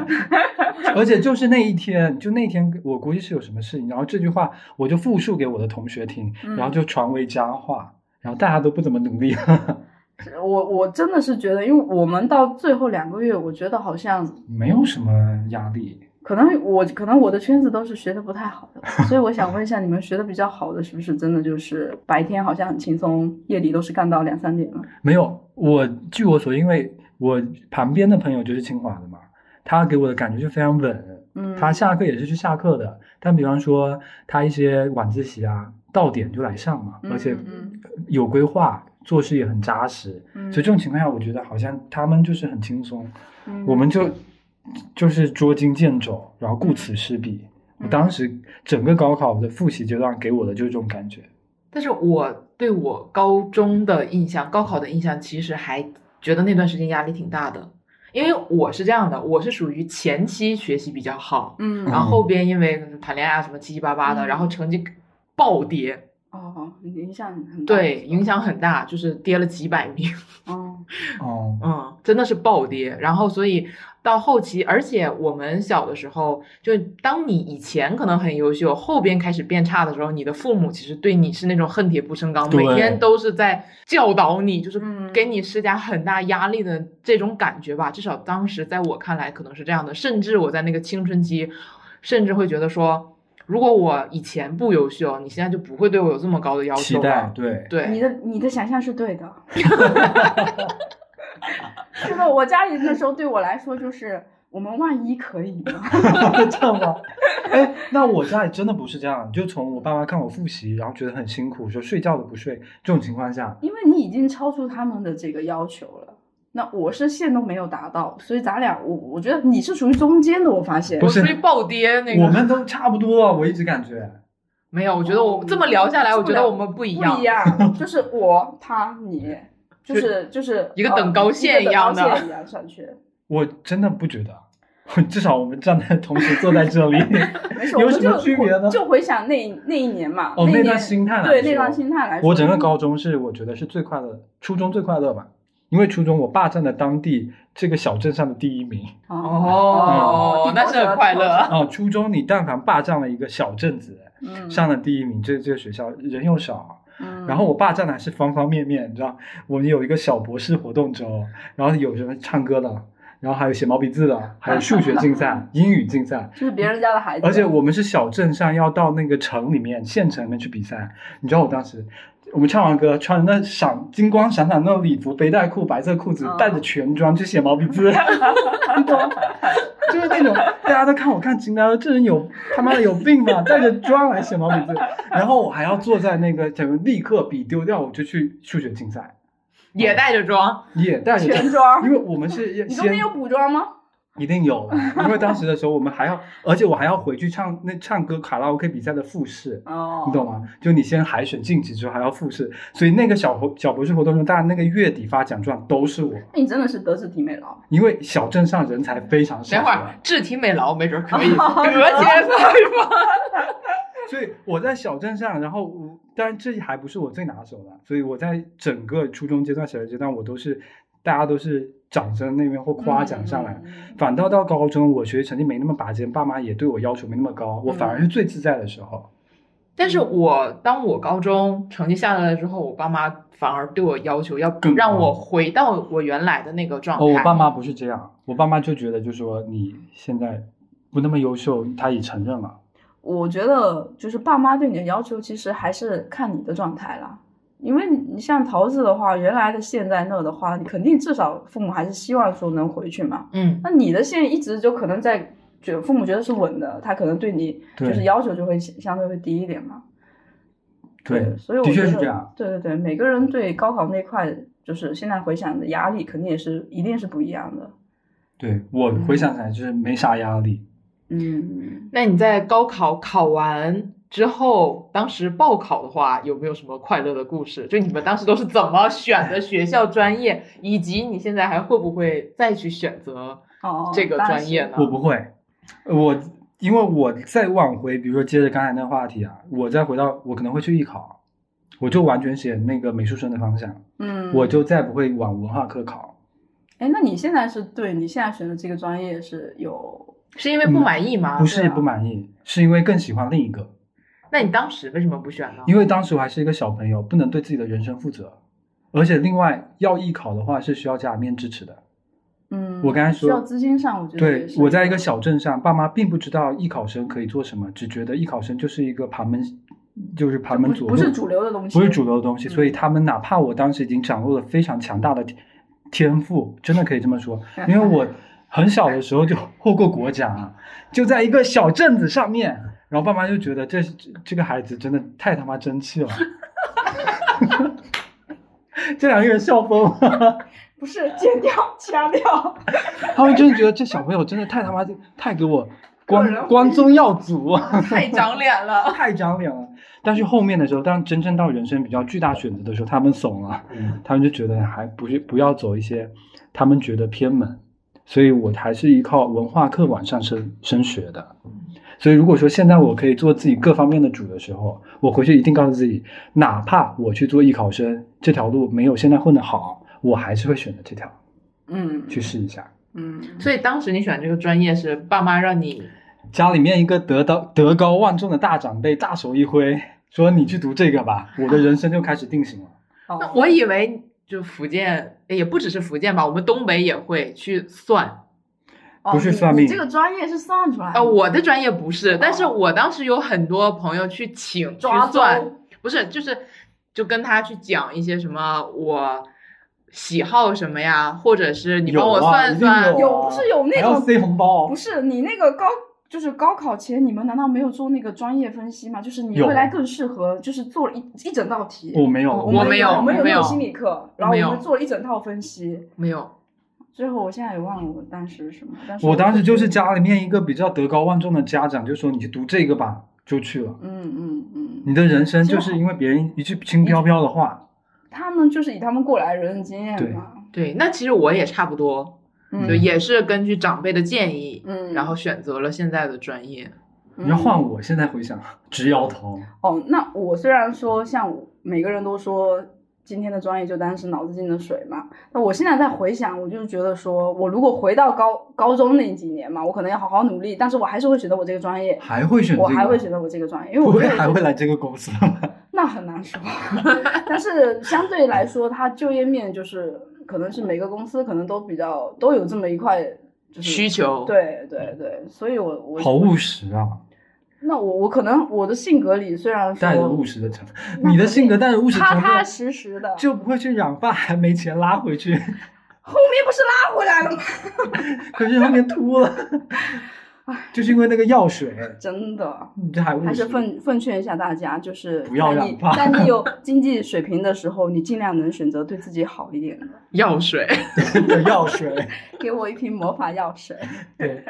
而且就是那一天，就那天我估计是有什么事情，然后这句话我就复述给我的同学听，嗯然后就传为佳话，然后大家都不怎么努力。 我我真的是觉得，因为我们到最后两个月，我觉得好像没有什么压力，可能我可能我的圈子都是学的不太好的，所以我想问一下，你们学的比较好的，是不是真的就是白天好像很轻松，夜里都是干到两三点了？没有。我据我所知，因为我旁边的朋友就是清华的嘛，他给我的感觉就非常稳，嗯，他下课也是去下课的，但比方说他一些晚自习啊，到点就来上嘛，而且嗯有规划，做事也很扎实。嗯，所以这种情况下，我觉得好像他们就是很轻松，嗯我们就就是捉襟见肘，然后顾此失嗯彼。我当时整个高考的复习阶段给我的就是这种感觉。但是我对我高中的印象，高考的印象，其实还觉得那段时间压力挺大的，因为我是这样的，我是属于前期学习比较好，嗯然后后边因为谈恋爱啊什么七七八八的，嗯然后成绩暴跌，哦，影响很大对，影响很大，就是跌了几百名。哦，哦，嗯，真的是暴跌。然后所以到后期，而且我们小的时候，就当你以前可能很优秀，后边开始变差的时候，你的父母其实对你是那种恨铁不成钢，每对天都是在教导你，就是嗯给你施加很大压力的这种感觉吧。至少当时在我看来可能是这样的，甚至我在那个青春期，甚至会觉得说。如果我以前不优秀，你现在就不会对我有这么高的要期求待了。 对，对，你的你的想象是对 的。 是的，我家里那时候对我来说就是，我们万一可以呢？这样吗？哎，那我家里真的不是这样，就从我爸妈看我复习，然后觉得很辛苦，说睡觉都不睡，这种情况下，因为你已经超出他们的这个要求了。那我是线都没有达到，所以咱俩我我觉得你是属于中间的，我发现不我是属于暴跌那个。我们都差不多啊，我一直感觉。没有，我觉得我哦这么聊下来，这么我觉得聊我们不一不样一。 样，就是我他你，就是就是一个呃等高线一个一样的等高线一样上 去。我真的不觉得， 至少我们站在同时坐在这里，没事，我有们什就么区别呢？就回想那一那一年嘛，哦，一那年段心态来对说那段心态来说，嗯我整个高中是我觉得是最快乐，初中最快乐吧，因为初中我霸占了当地这个小镇上的第一名哦嗯嗯那是很快乐。啊、初中你但凡霸占了一个小镇子，嗯，上了第一名，这这个学校人又少，嗯然后我霸占的还是方方面面，你知道，我们有一个小博士活动周，然后有什么唱歌的，然后还有写毛笔字的，还有数学竞赛、英语竞赛，就是别人家的孩子，而且我们是小镇上要到那个城里面、县城里面去比赛。你知道我当时我们唱完歌，穿着那闪金光闪闪那种礼服，背带裤、白色裤子嗯，带着全妆去写毛笔字， 你懂吗？就是那种大家都看我看惊呆，这人有他妈的有病吧？带着妆来写毛笔字，然后我还要坐在那个，假如立刻笔丢掉，我就去数学竞赛，也带着妆，也带着妆，全妆。因为我们是要你中间先有补妆吗？一定有，啊 因为当时的时候我们还要，而且我还要回去唱那唱歌卡拉 OK 比赛的复试，哦，你懂吗？就你先海选晋级之后还要复试，所以那个小活小博士活动中，大家那个月底发奖状都是我，那你真的是德智体美劳。因为小镇上人才非常少，等会儿智体美劳没准 可以隔街采访。所以我在小镇上，然后我当然这还不是我最拿手的，所以我在整个初中阶段、小学阶段，我都是大家都是掌声那边或夸奖上嗯来。嗯反倒到高中，我学习成绩没那么拔尖，爸妈也对我要求没那么高，我反而是最自在的时候。 但是我当我高中成绩下来了之后，我爸妈反而对我要求要更高让我回到我原来的那个状态。哦，我爸妈不是这样，我爸妈就觉得就说你现在不那么优秀，他也承认了。我觉得就是爸妈对你的要求，其实还是看你的状态啦。因为你像桃子的话，原来的线在那的话，你肯定至少父母还是希望说能回去嘛。嗯，那你的线一直就可能在觉父母觉得是稳的，他可能对你对就是要求就会相相对会低一点嘛。所以我的确觉是得这样。对对对，每个人对高考那块，就是现在回想的压力，肯定也是一定是不一样的。对我回想起来就是没啥压力，嗯，那你在高考考完之后，当时报考的话，有没有什么快乐的故事？就你们当时都是怎么选的学校专业，以及你现在还会不会再去选择哦，这个当专时业呢？我不会，呃我因为我再往回，比如说接着刚才那话题啊，我再回到我可能会去艺考，我就完全写那个美术生的方向，嗯，我就再不会往文化科考。哎，那你现在是对你现在选的这个专业是有是因为不满意吗？嗯不是对啊不满意，是因为更喜欢另一个。那你当时为什么不选呢？因为当时我还是一个小朋友，不能对自己的人生负责，而且另外要艺考的话是需要家里面支持的。嗯，我刚才需说要资金上，我觉得对也是我在一个小镇上，爸妈并不知道艺考生可以做什么，只觉得艺考生就是一个旁门，就是旁门左不路，不是主流的东西，不是主流的东西。嗯所以他们哪怕我当时已经掌握了非常强大的天天赋，真的可以这么说，因为我很小的时候就获过国奖啊，就在一个小镇子上面，然后爸妈就觉得这这这个孩子真的太他妈争气 了。 这两个人笑疯了，不是剪掉掐掉， 他们真的觉得这小朋友真的太他妈太给我光个人光宗耀祖。 太长脸了。太长脸了。但是后面的时候，当真正到人生比较巨大选择的时候，他们怂了，他们就觉得还不是不要走一些他们觉得偏门，所以我还是依靠文化课往上升升学的。所以如果说现在我可以做自己各方面的主的时候，我回去一定告诉自己，哪怕我去做艺考生，这条路没有现在混得好，我还是会选择这条嗯去试一下。嗯，所以当时你选这个专业是爸妈让你家里面一个德高德高望重的大长辈大手一挥，说你去读这个 吧，我的人生就开始定型了。哦那我以为就福建也不只是福建吧，我们东北也会去算。哦不是你算命你这个专业是算出来的，呃，我的专业不是，但是我当时有很多朋友去请去抓算周，不是就是就跟他去讲一些什么我喜好什么呀，或者是你帮我有啊算一定算。有有不是有还那要种塞红包不，是你那个高。就是高考前，你们难道没有做那个专业分析吗？就是你有未来更适合，就是做一一整道题。我没有，我我们没有，有我们我没那有种心理课，然后没我有们做了一整套分析。没有，最后我现在也忘了我当时是什么，但是我当时就是，家里面一个比较德高望重的家长，就说你去读这个吧，就去了。嗯嗯嗯，你的人生就是因为别人一句轻飘飘的话，他们就是以他们过来人的经验对嘛，对，那其实我也差不多，嗯就也是根据长辈的建议，嗯，然后选择了现在的专业。你要换嗯我，现在回想直摇头。哦，那我虽然说像我每个人都说今天的专业就当是脑子进的水嘛，那我现在在回想，我就是觉得说我如果回到高高中那几年嘛，我可能要好好努力，但是我还是会选择我这个专业。还会选这个？啊我还会选择我这个专业，因为不我会觉得还会来这个公司吧？那很难说， 但是相对来说，它就业面就是可能是每个公司可能都比较都有这么一块就是需求对对对，所以我我好务实啊！那我我可能我的性格里虽然带着务说实的成分，那你的肯性格带着务实踏成踏分，实实的，就不会去染发，还没钱拉回去，后面不是拉回来了吗？ 可是后面秃了，就是因为那个药水，真的，你这还务实？还是奉奉劝一下大家，就是不要在染你发在 你有经济水平的时候，你尽量能选择对自己好一点的。药水。 的 药水，给我一瓶魔法药水，对，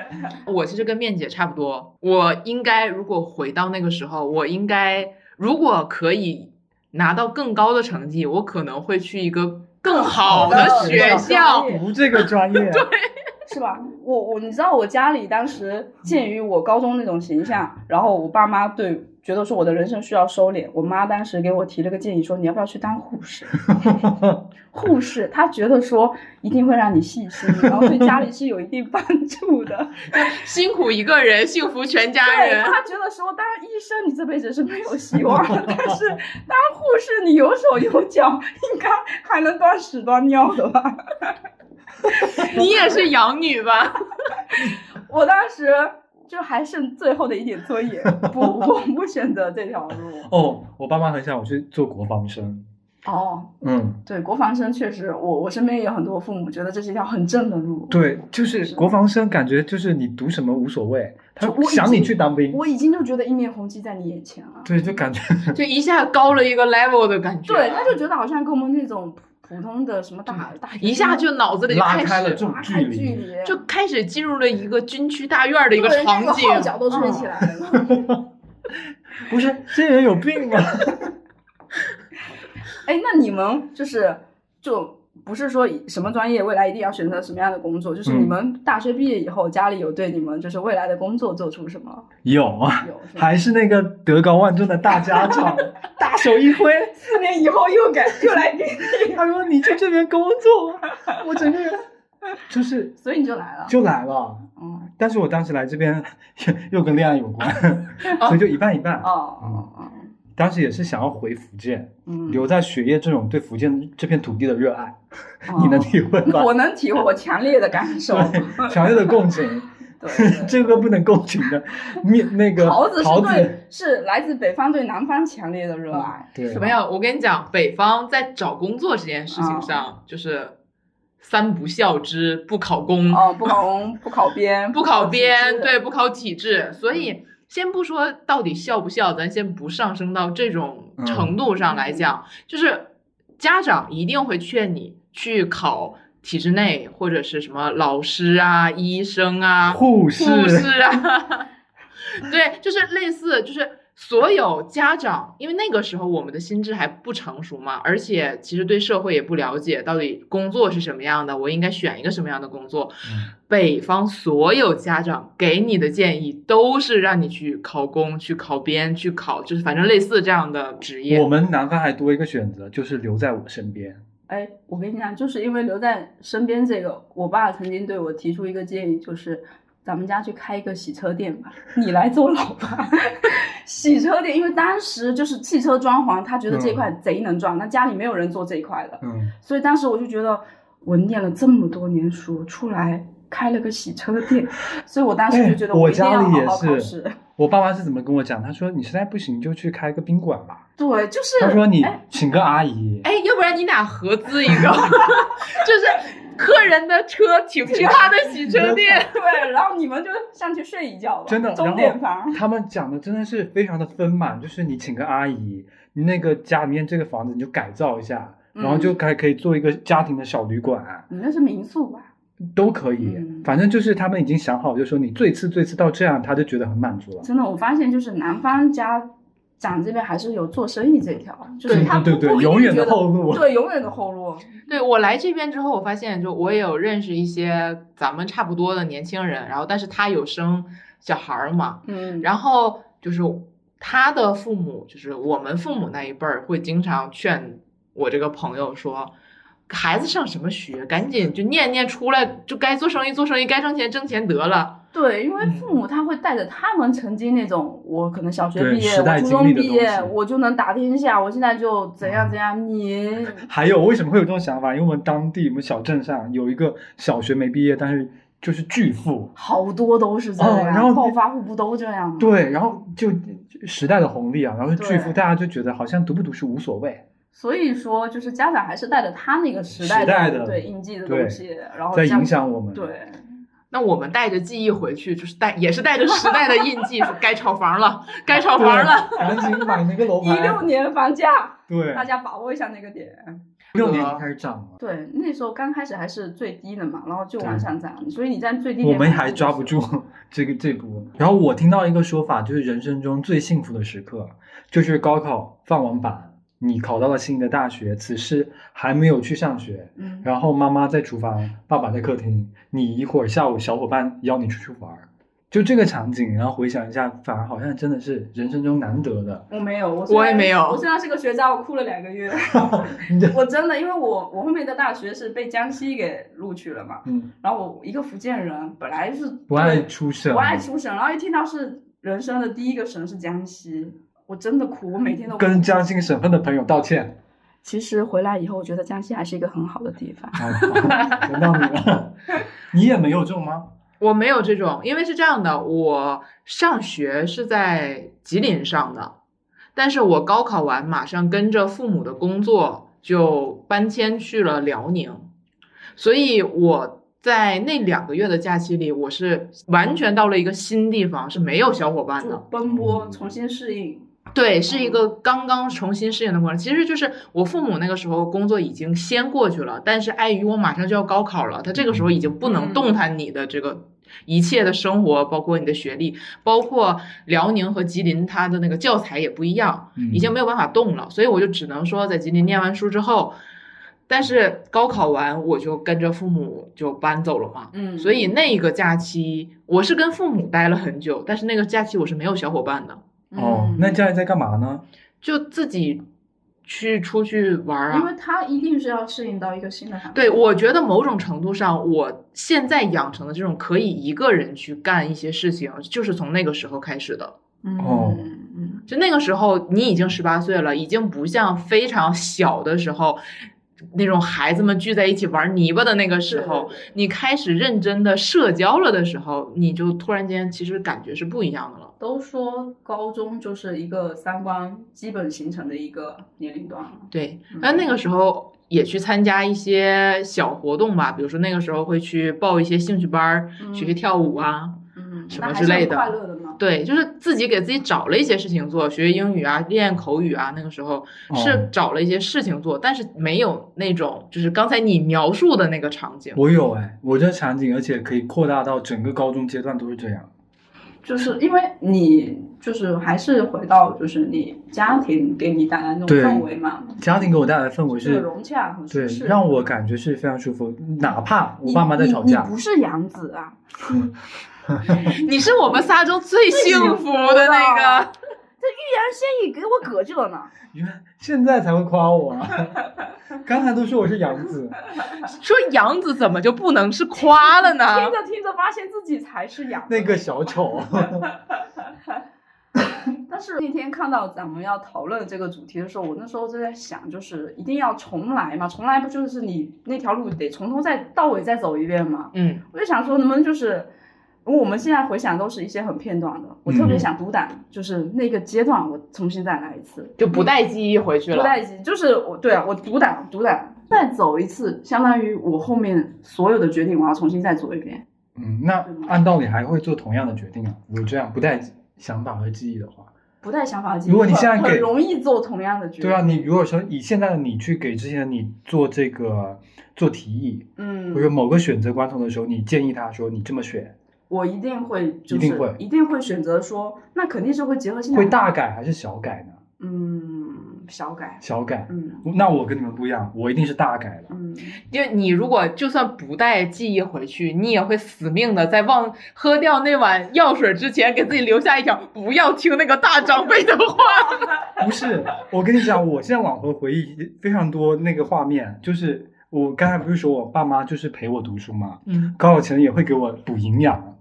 我其实跟面姐差不多，我应该如果回到那个时候，我应该如果可以拿到更高的成绩，我可能会去一个更好的学校。读这个专业，是吧？我我你知道我家里当时鉴于我高中那种形象，然后我爸妈对觉得说我的人生需要收敛，我妈当时给我提了个建议，说你要不要去当护士？护士她觉得说一定会让你细心，然后对家里是有一定帮助的。 辛苦一个人，幸福全家对 人。他觉得说，当然医生你这辈子是没有希望的，但是当护士你有手有脚，应该还能端屎端尿的吧？你也是养女吧？ 我当时就还剩最后的一点尊严，不，我不选择这条路。哦，我爸妈很想我去做国防生，哦，嗯。对，国防生确实，我我身边也有很多父母觉得这是一条很正的路。对，就是是国防生，感觉就是你读什么无所谓，他就我已想你经去当兵，我已经就觉得一面红旗在你眼前了。对，就感觉就一下高了一个 level 的感觉。对，他就觉得好像跟我们那种普普通的什么大大学生一下就脑子里就拉开开了始这种拉距开距离。离，就开始进入了一个军区大院的一个对场景，那个号角都吹起来了。不是，这人有病吗？ 哎，那你们就是就不是说以什么专业未来一定要选择什么样的工作？就是你嗯们大学毕业以后，家里有对你们就是未来的工作做出什么有啊，有是吗？还是那个德高望重的大 家长，大手一挥，四年以后又改又来给你，他说你去这边工作，我整个 人就是 所以你就来了。就来了。嗯但是我当时来这边 又又跟恋爱有关，所以就一半一半。哦哦哦当时也是想要回福建，嗯，留在学业这种对福建这片土地的热爱，哦你能 体会吧？我能体会，我强烈的感受。对，强烈的共情， 对，这个不能共情的，面那个桃子是桃子，对是来自北方对南方强烈的热爱。对，嗯什么呀？我跟你讲，北方在找工作这件事情嗯上，就是三不孝之不考嗯公、哦，不考 公，不考编，不考编，体制嗯对，不考体制。所以先不说到底孝不孝，咱先不上升到这种程度上来讲，就是家长一定会劝你去考体制内或者是什么老师啊、医生啊、护士？护士啊， 对，就是类似，就是所有家长，因为那个时候我们的心智还不成熟嘛，而且其实对社会也不了解，到底工作是什么样的，我应该选一个什么样的工作。嗯北方所有家长给你的建议都是让你去考公、去考编、去考，就是反正类似这样的职业嗯我。们南方还多一个选择，就是留在我身边。哎，我跟你讲，就是因为留在身边这个，我爸曾经对我提出一个建议，就是咱们家去开一个洗车店 吧，你来做老爸。洗车店，因为当时就是汽车装潢，他觉得这一块贼能赚，那家里没有人做这一块的，嗯，所以当时我就觉得，我念了这么多年书，出来开了个洗车店，所以我当时就觉得哎我一定家要里好也好考是试。，我爸妈是怎么跟我讲？他说你实在不行就去开个宾馆吧。对，就是他说你哎请个阿姨，哎，要不然你俩合资一个， 就是客人的车停去他的洗车店。对，然后你们就上去睡一觉吧，真的。钟然点房后。他们讲的真的是非常的丰满，就是你请个阿姨，你那个家里面这个房子你就改造一下，然后嗯就还可以做一个家庭的小旅馆。你那是民宿吧？都可以，嗯反正就是他们已经想好，就说你最次最次到这样，他就觉得很满足了。真的，我发现就是南方家长这边还是有做生意这一条，就对是他不嗯对对对不一定永远的觉得后路对永远的后路。对我来这边之后，我发现就我也有认识一些咱们差不多的年轻人，然后但是他有生小孩儿嘛， 嗯，然后就是他的父母，就是我们父母那一辈儿会经常劝我这个朋友说。孩子上什么学，赶紧就念念出来，就该做生意做生意，该挣钱挣钱得了。对，因为嗯父母他会带着他们曾经那种，我可能小学对毕业，时代我初经中历的毕业东，西嗯我就能打天下，我现在就怎样怎样。你还有为什么会有这种想法？因为我们当地我们小镇上有一个小学没毕业，但是就是巨富，好多都是这样，哦然后暴发户不都这样吗？对，然后就时代的红利啊，然后巨富，嗯对大家就觉得好像读不读书无所谓，所以说，就是家长还是带着他那个时代时代的对印记的对东西，然后在这样影响我们。，哦对，那我们带着记忆回去，就是带也是带着时代的印记，说该炒房了，该炒房了。，赶紧买那个 楼一六盘。年房价，对大，家把握一下那个点。一六年已经开始涨了，对，那时候刚开始还是最低的嘛，然后就往对上涨，所以你在最低点我们买还的抓时不候住 这个这波。然后我听到一个说法，就是人生中最幸福的时刻，就是高考放完榜。你考到了心仪的大学，此时还没有去上学，嗯，然后妈妈在厨房，爸爸在客厅，你一会儿下午小伙伴邀你出去玩儿，就这个场景，然后回想一下，反而好像真的是人生中难得的。我没有，我我虽也然没有我虽然是个学渣，我哭了两个月 你这。我真的，因为我我后面的大学是被江西给录取了嘛，嗯，然后我一个福建人，本来是不爱出对省，不爱出省，然后一听到是人生的第一个省是江西，我真的哭，我每天都哭跟江西省份的朋友道歉。 其实回来以后，我觉得江西还是一个很好的地方。好啊轮到你了，你也没有中吗？我没有这种，因为是这样的，我上学是在吉林上的，但是我高考完马上跟着父母的工作就搬迁去了辽宁，所以我在那两个月的假期里，我是完全到了一个新地方，是没有小伙伴就的。奔波，重新适嗯应。对，是嗯一个刚刚重新适应的过程。其实就是我父母那个时候工作已经先过去了，但是碍于我马上就要高考了，他这个时候已经不能嗯动弹你的这个一切的生活，包括你的学历，包括辽宁和吉林，它的那个教材也不一样，嗯已嗯经没有办法动了。所以我就只能说，在吉林念完书之后，但是高考完我就跟着父母就搬走了嘛。嗯所以那一个假期，我是跟父母待了很久，但是那个假期我是没有小伙伴的。哦嗯，那家里在干嘛呢？就自己去出去玩儿因啊。为他一定是要适应到一个新的环境。对，我觉得某种程度上，我现在养成的这种可以一个人去干一些事情，就是从那个时候开始的。嗯，哦嗯，就那个时候，你已经十八岁了，已经不像非常小的时候那种孩子们聚在一起玩泥巴的那个时候，你开始认真的社交了的时候，你就突然间其实感觉是不一样的了。都说高中就是一个三观基本形成的一个年龄段了。对，嗯那那个时候也去参加一些小活动吧，比如说那个时候会去报一些兴趣班儿，嗯学学跳舞啊。嗯，什那么还之是很类的快乐的嘛。对，就是自己给自己找了一些事情做，学英语啊，练口语啊。那个时候哦是找了一些事情做，但是没有那种就是刚才你描述的那个场景。我有哎，我这场景，而且可以扩大到整个高中阶段都是这样。就是因为你就是还是回到就是你家庭给你带来那种对氛围嘛，家庭给我带来的氛围就是是，融洽和对舒，适。让我感觉是非常舒服，哪怕我你爸妈在你吵架你，不是杨子啊，你是我们仨中最幸福的那个，这欲扬先抑给我搁这呢。原来现在才会夸我啊！ 刚才都说我是杨子，说杨子怎么就不能是夸了呢听？着听着，发现自己才是养那个小丑。但是那天看到咱们要讨论这个主题的时候，我那时候就在想，就是一定要重来嘛，重来不就是你那条路得从头再到尾再走一遍嘛？嗯，我就想说，能不能就是，因为我们现在回想都是一些很片段的，我特别想独挡，就是那个阶段我重新再来一次，就不带记忆回去不了。带急，就是我对啊，我独挡独挡，再走一次，相当于我后面所有的决定我要重新再做一遍。嗯，那按道理还会做同样的决定啊？如果这样不带想法和记忆的话，不带想法记忆，如果你现在很给很容易做同样的决定，对啊，你如果说以现在的你去给之前的你做这个做提议，嗯，或者某个选择关头的时候，你建议他说你这么选，我一定会，就是一定会一定会选择说，那肯定是会结合现在会大改还是小改呢？嗯小改，小改。嗯那我跟你们不一样，我一定是大改了。嗯，因为你如果就算不带记忆回去，你也会死命的在忘喝掉那碗药水之前，给自己留下一条不要听那个大长辈的话。不是，我跟你讲，我现在往回回忆非常多那个画面，就是我刚才不是说我爸妈就是陪我读书吗？嗯，高考前也会给我补营养。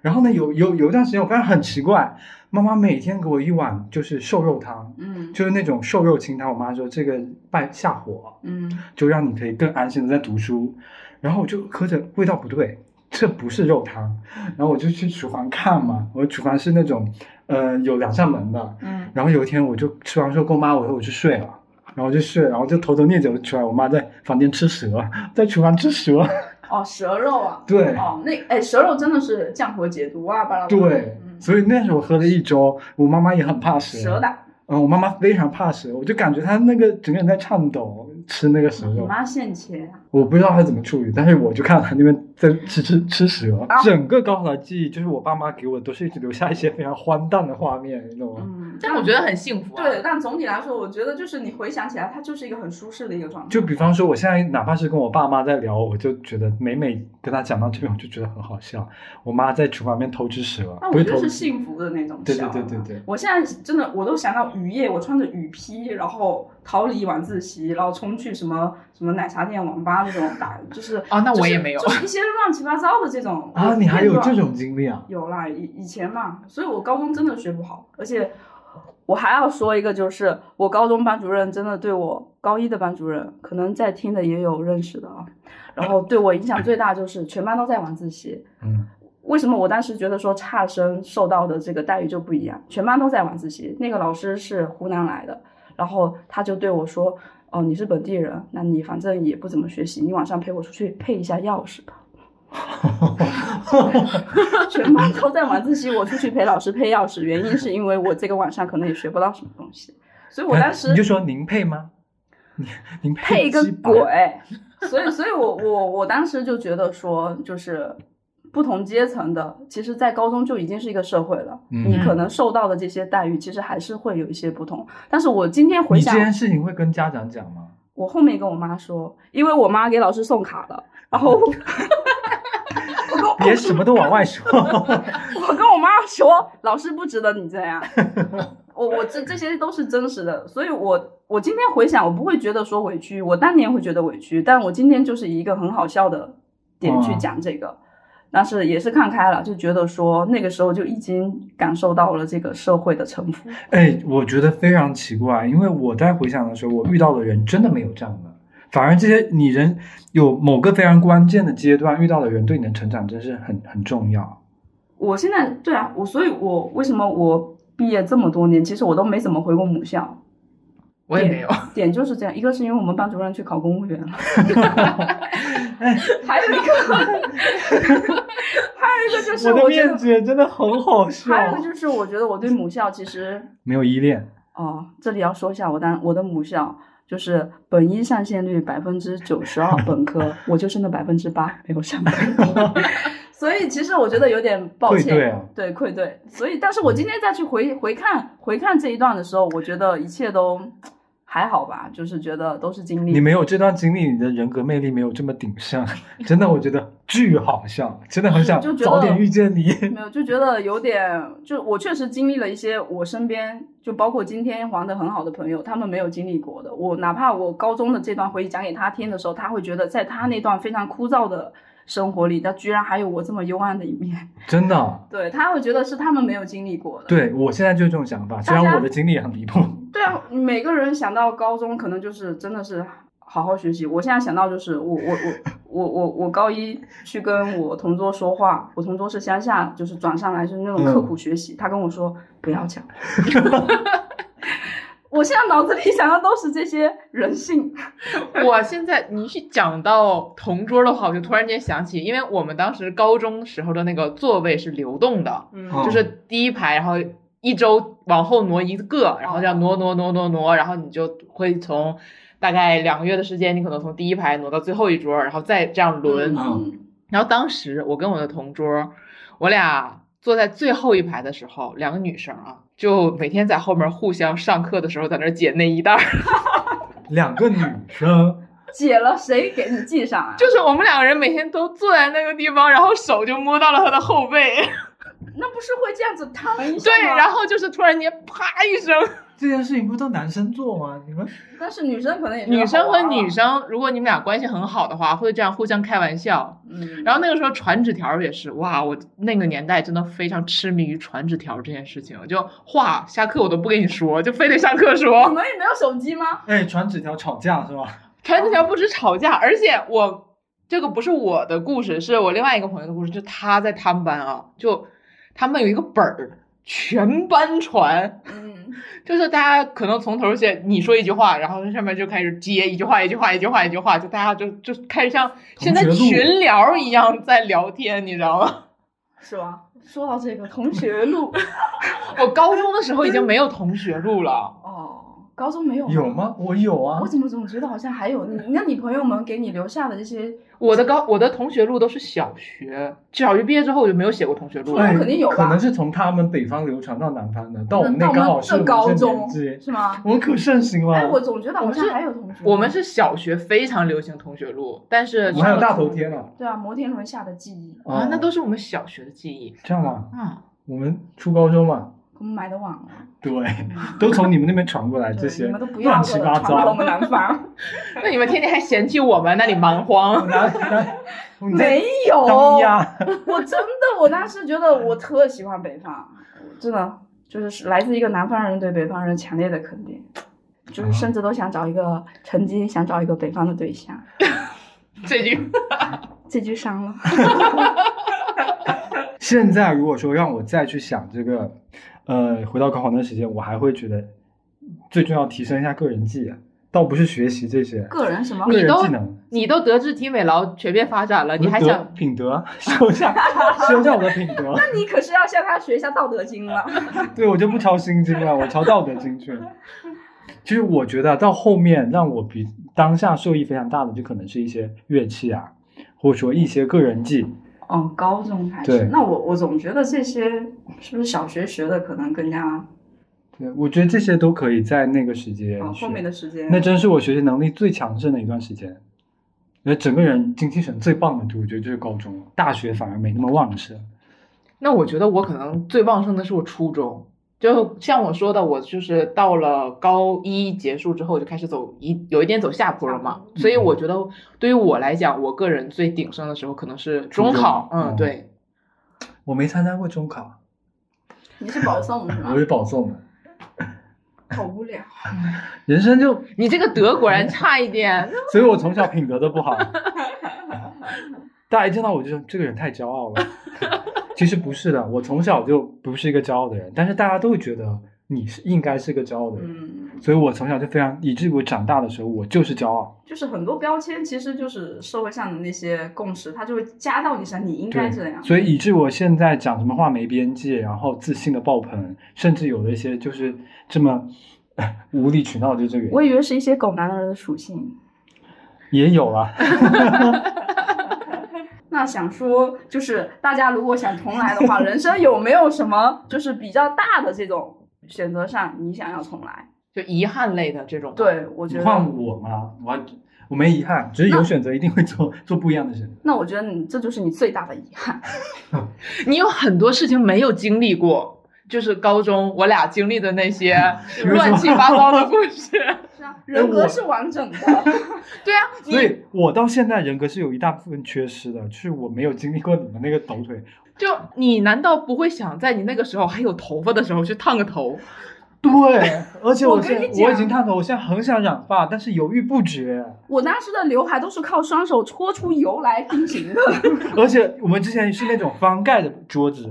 然后呢，有有有一段时间我发现很奇怪，妈妈每天给我一碗就是瘦肉汤，嗯就是那种瘦肉清汤。我妈说这个败下火，嗯就让你可以更安心的在读书。然后我就喝着，味道不对，这不是肉汤。然后我就去厨房看嘛，我厨房是那种呃有两扇门的。嗯，然后有一天我就吃完之后跟我妈我说我去睡了，然后我就睡，然后就偷偷捏着我出来，我妈在房间吃蛇，在厨房吃蛇。 哦，蛇肉啊，对哦，那哎，蛇肉真的是降火解毒啊，巴拉巴拉。对，嗯，所以那时候我喝了一周，我妈妈也很怕蛇。蛇胆。嗯，我妈妈非常怕蛇，我就感觉她那个整个人在颤抖，吃那个蛇你肉。妈现切啊？我不知道她怎么处理，但是我就看到她那边在吃吃吃蛇。啊整个高考的记忆就是我爸妈给我都是留下一些非常荒诞的画面，你懂吗？嗯， 但我觉得很幸福、啊。对，，但总体来说，我觉得就是你回想起来，它就是一个很舒适的一个状态。就比方说，我现在哪怕是跟我爸妈在聊，我就觉得每每跟他讲到这边，我就觉得很好笑。我妈在厨房里面偷吃蛇，那啊不我是觉得偷是吃，幸福的那种对笑对啊对对对。我现在真的，我都想到雨夜，我穿着雨披，然后逃离晚自习，然后冲去什么什么奶茶店、网吧那种打，就是啊那我就是也没有就是一些乱七八糟的这种啊，你还有这片段种经 历啊？有啦，以以前嘛，所以我高中真的学不好，而且我还要说一个，就是我高中班主任真的对我高一的班主任，可能在听的也有认识的啊，然后对我影响最大就是全班都在晚自习，嗯，为什么我当时觉得说差生受到的这个待遇就不一样？全班都在晚自习，那个老师是湖南来的，然后他就对我说：“哦，你是本地人，那你反正也不怎么学习，你晚上陪我出去配一下钥匙吧。”全班都在晚自习，我出去陪老师配钥匙，原因是因为我这个晚上可能也学不到什么东西，所以我当时哎你就说您配吗？ 您您配个鸡排鬼！所以，所以我我我当时就觉得说，就是不同阶层的，其实，在高中就已经是一个社会了，嗯你可能受到的这些待遇，其实还是会有一些不同。但是我今天回你这想，件事情会跟家长讲 吗？我后面跟我妈说，因为我妈给老师送卡了，然后 我别什么都往外说。 我跟我妈说，老师不值得你这样。我我这这些都是真实的，所以我我今天回想，我不会觉得说委屈，我当年会觉得委屈，但我今天就是以一个很好笑的点去讲这个，但是也是看开了，就觉得说那个时候就已经感受到了这个社会的沉浮。哎，我觉得非常奇怪，因为我在回想的时候，我遇到的人真的没有这样的，反而这些你人有某个非常关键的阶段遇到的人，对你的成长真是很很重要。我现在对啊，我所以，我为什么我毕业这么多年，其实我都没怎么回过母校，我也没有。点就是这样，一个是因为我们班主任去考公务员 了，哎，还有一个， 还有一个就是我的我觉面得，子哦真的很好笑。还有一个就是我觉得我对母校其实没有依恋，哦，这里要说一下我当我的母校就是本一上线率百分之九十二，本科我就剩了百分之八没有上本科， 所以其实我觉得有点抱愧歉，对啊。对愧对，所以但是我今天再去回回看回看这一段的时候，我觉得一切都还好吧，就是觉得都是经历。你没有这段经历，你的人格魅力没有这么鼎盛， 真的，我觉得巨好笑，真的很想就觉得早点遇见你。 没有，就觉得有点，就我确实经历了一些我身边，就包括今天玩的很好的朋友，他们没有经历过的。我哪怕我高中的这段回忆讲给他听的时候，他会觉得在他那段非常枯燥的生活里，他居然还有我这么幽暗的一面。 真的，对他会觉得是他们没有经历过的。对我现在就是这种想法，嗯虽大然家我的经历也很离 谱。对啊，每个人想到高中，可能就是真的是好好学习。我现在想到就是我我我我我我高一去跟我同桌说话，我同桌是乡下，就是转上来就是那种刻苦学习，他跟我说不要讲。 我现在脑子里想的都是这些人性， 我现在你一讲到同桌的话，我就突然间想起，因为我们当时高中时候的那个座位是流动的，嗯哦就是第一排，然后一周往后挪一个，然后这样挪挪挪挪挪，然后你就会从大概两个月的时间，你可能从第一排挪到最后一桌，然后再这样轮。嗯然后当时我跟我的同桌，我俩坐在最后一排的时候，两个女生啊，就每天在后面互相上课的时候在那儿解内衣带儿。 两个女生，解了谁给你系上啊？就是我们两个人每天都坐在那个地方，然后手就摸到了他的后背， 那不是会这样子躺一下对，吗然后就是突然间啪一声，这件事情不都男生做吗？你们但是女生可能也女生和女生，生，如果你们俩关系很好的话，会这样互相开玩笑。嗯，然后那个时候传纸条也是，哇，我那个年代真的非常痴迷于传纸条这件事情，就话下课我都不跟你说，就非得上课说 你。们也没有手机吗？哎传纸条吵架是吧？传纸条不止吵架，而且我。这个不是我的故事，是我另外一个朋友的故事，就他在他们班啊，就他们有一个本儿，全班传，嗯，就是大家可能从头写，你说一句话，然后上面就开始接一句话，一句话，一句话，一句话，就大家就就开始像现在同学录群聊一样在聊天，你知道吗？ 是吧？说到这个同学 录，我高中的时候已经没有同学录了，哦，高中没有有？吗？我有啊我，怎么总觉得好像还有你？那你朋友们给你留下的这些，我的高我的同学录都是小学，小学毕业之后我就没有写过同学录了哎。肯定有吧可能是从他们北方流传到南方的，到我们那那到刚我好们是这我们这高年中纪，是吗？我们可盛行哎，了。我总觉得好我像们是还有同学录。我们是小学非常流行同学录，但是我们还有大头贴呢。对啊，摩天轮下的记忆，啊，那哦都是我们小学的记忆这样嘛？啊。我们初高中嘛，我们买的网了，嗯对，都从你们那边传过来对哎这些你 们都不要乱了，七八传到我糟。们南 方那你们天天还嫌弃我们，那你蛮荒。拿 拿，我们在没有。当啊家，我真的，我当时觉得我特喜欢北方，真的就是来自一个南方人对北方人强烈的肯定，就是啊甚至都想找一个曾经想找一个北方的对象，这句这句伤了。现在如果说让我再去想这个，呃，回到高考那段时间，我还会觉得最重要提升一下个人技，啊倒不是学习这些，个人什么？个你人都技能。你都德智体美劳全面发展了，你还我的想德品德 修一下，修一下我的品德。 那你可是要向他学一下《道德经》了。对我就不抄心经了，我抄道德经去了。其实我觉得啊到后面让我比当下受益非常大的，就可能是一些乐器啊，或者说一些个人技。哦，高中开对始。那我我总觉得这些是不是小学学的可能更加对，我觉得这些都可以在那个时间哦学。后面的时间那真是我学习能力最强盛的一段时间，那整个人精气神最棒的，我觉得就是高中了。大学反而没那么旺盛。那我觉得我可能最旺盛的是我初中，就像我说的，我就是到了高一结束之后就开始走一有一点走下坡嗯了嘛，所以我觉得对于我来讲，我个人最鼎盛的时候可能是中考，初中嗯，对，我没参加过中考，你是保送是吗我？是保送的。好无聊。人生就，你这个德果然差一点，所以我从小品德都不好。 大家一见到我就说这个人太骄傲了。 其实不是的，我从小就不是一个骄傲的人，但是大家都会觉得你是应该是个骄傲的人，嗯，所以我从小就非常，以至于我长大的时候，我就是骄傲。就是很多标签其实就是社会上的那些共识，它就会加到你身上，你应该对这样，。所以以致我现在讲什么话没边界，然后自信的爆棚，甚至有的一些就是这么 无理取闹，就这个原我因以为是一些狗男人的属性。也有啊。那想说，就是大家如果想重来的话，人生有没有什么就是比较大的这种选择上，你想要重来？就遗憾类的这种，对，我你觉得，换我吗？我还我没遗憾，只是有选择一定会做做不一样的选择。那我觉得你这就是你最大的遗憾。你有很多事情没有经历过。就是高中我俩经历的那 些为什么乱七八糟的故事，是哎啊，人格是完整的。 对啊，你所以我到现在人格是有一大部分缺失的，就是我没有经历过你们那个抖腿。就你难道不会想在你那个时候还有头发的时候去烫个头？对，而且我我跟现在你我已讲经烫头，我现在很想染发，但是犹豫不决。我当时的刘海都是靠双手搓出油来定型 的。而且我们之前是那种翻盖的桌子，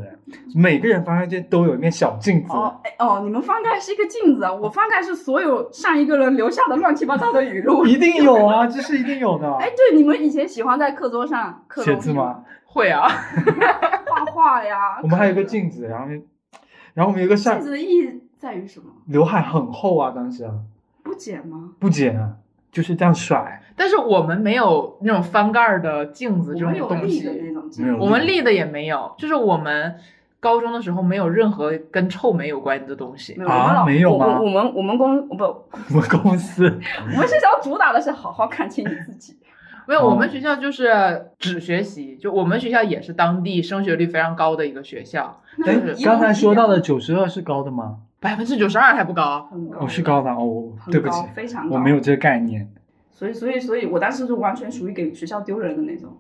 每个人翻盖间都有一面小镜子。哦，哎哦，你们翻盖是一个镜子，啊，我翻盖是所有上一个人留下的乱七八糟的语 录。一定 有啊，这是一定有的。哎，对，你们以前喜欢在课桌上刻写东西字吗？会啊，画画呀。 我们还有一个刻镜子，然后，然后我们有一个镜上子的意义在于什么？刘海很厚啊，当时啊，不剪吗？不剪啊，就是这样甩。但是我们没有那种翻盖儿的镜我子这们有种东力的那西，种没镜有子。我们立的也没有，就是我们高中的时候没有任何跟臭美有关的东西没。有啊我们老没有吗我我我们我们公不，我我们公司们学校主打的是好好看清你自己。没有，哦我们学校就是只学习，就我们学校也是当地升学率非常高的一个学校， 哎就是，刚才说到的九十二是高的吗？百分之九十二还不高。很高，哦，是高的哦，我嗯很对不高起，非常高。我没有。这个概念。所以所以所以，我当时就完全属于给学校丢人的那种，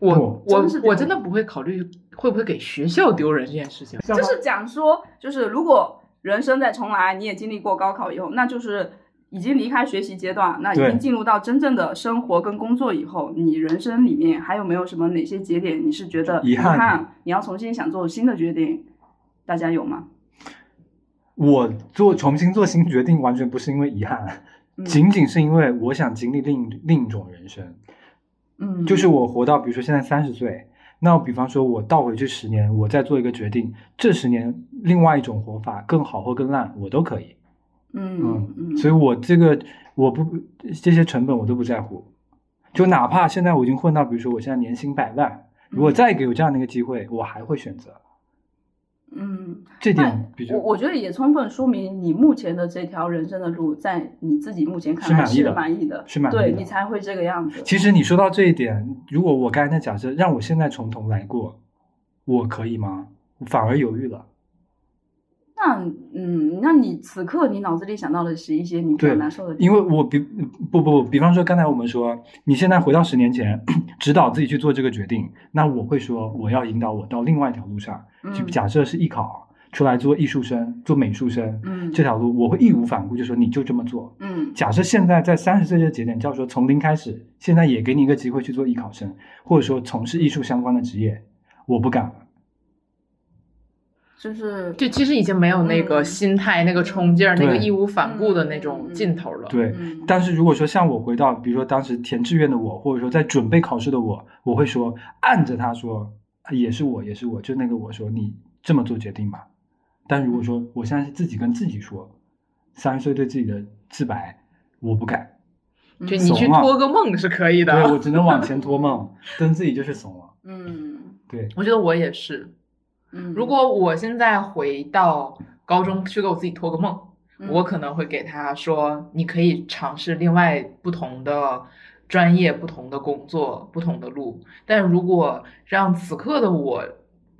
我真我的是我这样真的不会考虑会不会给学校丢人这件事情。就是讲说，就是如果人生再重来，你也经历过高考以后，那就是已经离开学习阶段，那已对经进入到真正的生活跟工作以后，你人生里面还有没有什么哪些节点你是觉得遗憾你要重新想做新的决定？大家有吗？我做重新做新决定，完全不是因为遗憾，嗯仅仅是因为我想经历另另一种人生。嗯，就是我活到，比如说现在三十岁，那我比方说我倒回去十年，我再做一个决定，这十年另外一种活法更好或更烂，我都可以。嗯嗯，所以我这个我不这些成本我都不在乎，就哪怕现在我已经混到，比如说我现在年薪百万，如果再给我这样的一个机会，我还会选择。嗯，这那点比较我我觉得也充分说明你目前的这条人生的路，在你自己目前看来是满意的是满意的，是满意的对你才会这个样子。其实你说到这一点，如果我刚才那假设让我现在从头来过，我可以吗？反而犹豫了。那嗯，那你此刻你脑子里想到的是一些你比较对难受的地因方，为我比不不不，比方说刚才我们说，你现在回到十年前， 指导自己去做这个决定，那我会说我要引导我到另外一条路上，就嗯假设是艺考出来做艺术生、做美术生、嗯这条路，我会义无反顾就说你就这么做。嗯假设现在在三十岁这个节点，叫说从零开始，现在也给你一个机会去做艺考生，或者说从事艺术相关的职业，我不敢了。就是就其实已经没有那个嗯心态、那个冲劲儿、那对个义无反顾的嗯那种嗯劲头了。对，嗯但是如果说像我回到，比如说当时填志愿的我，或者说在准备考试的我，我会说按着他说，啊也是我，也是我，就那个我说你这么做决定吧。但如果说我现在是自己跟自己说，三十岁对自己的自白，我不敢，嗯就你去怂啊托个梦是可以的。对我只能往前托梦，跟自己就是怂了。嗯对，我觉得我也是。嗯，如果我现在回到高中去给我自己托个梦，嗯我可能会给他说，你可以尝试另外不同的专业、不同的工作、不同的路。但如果让此刻的我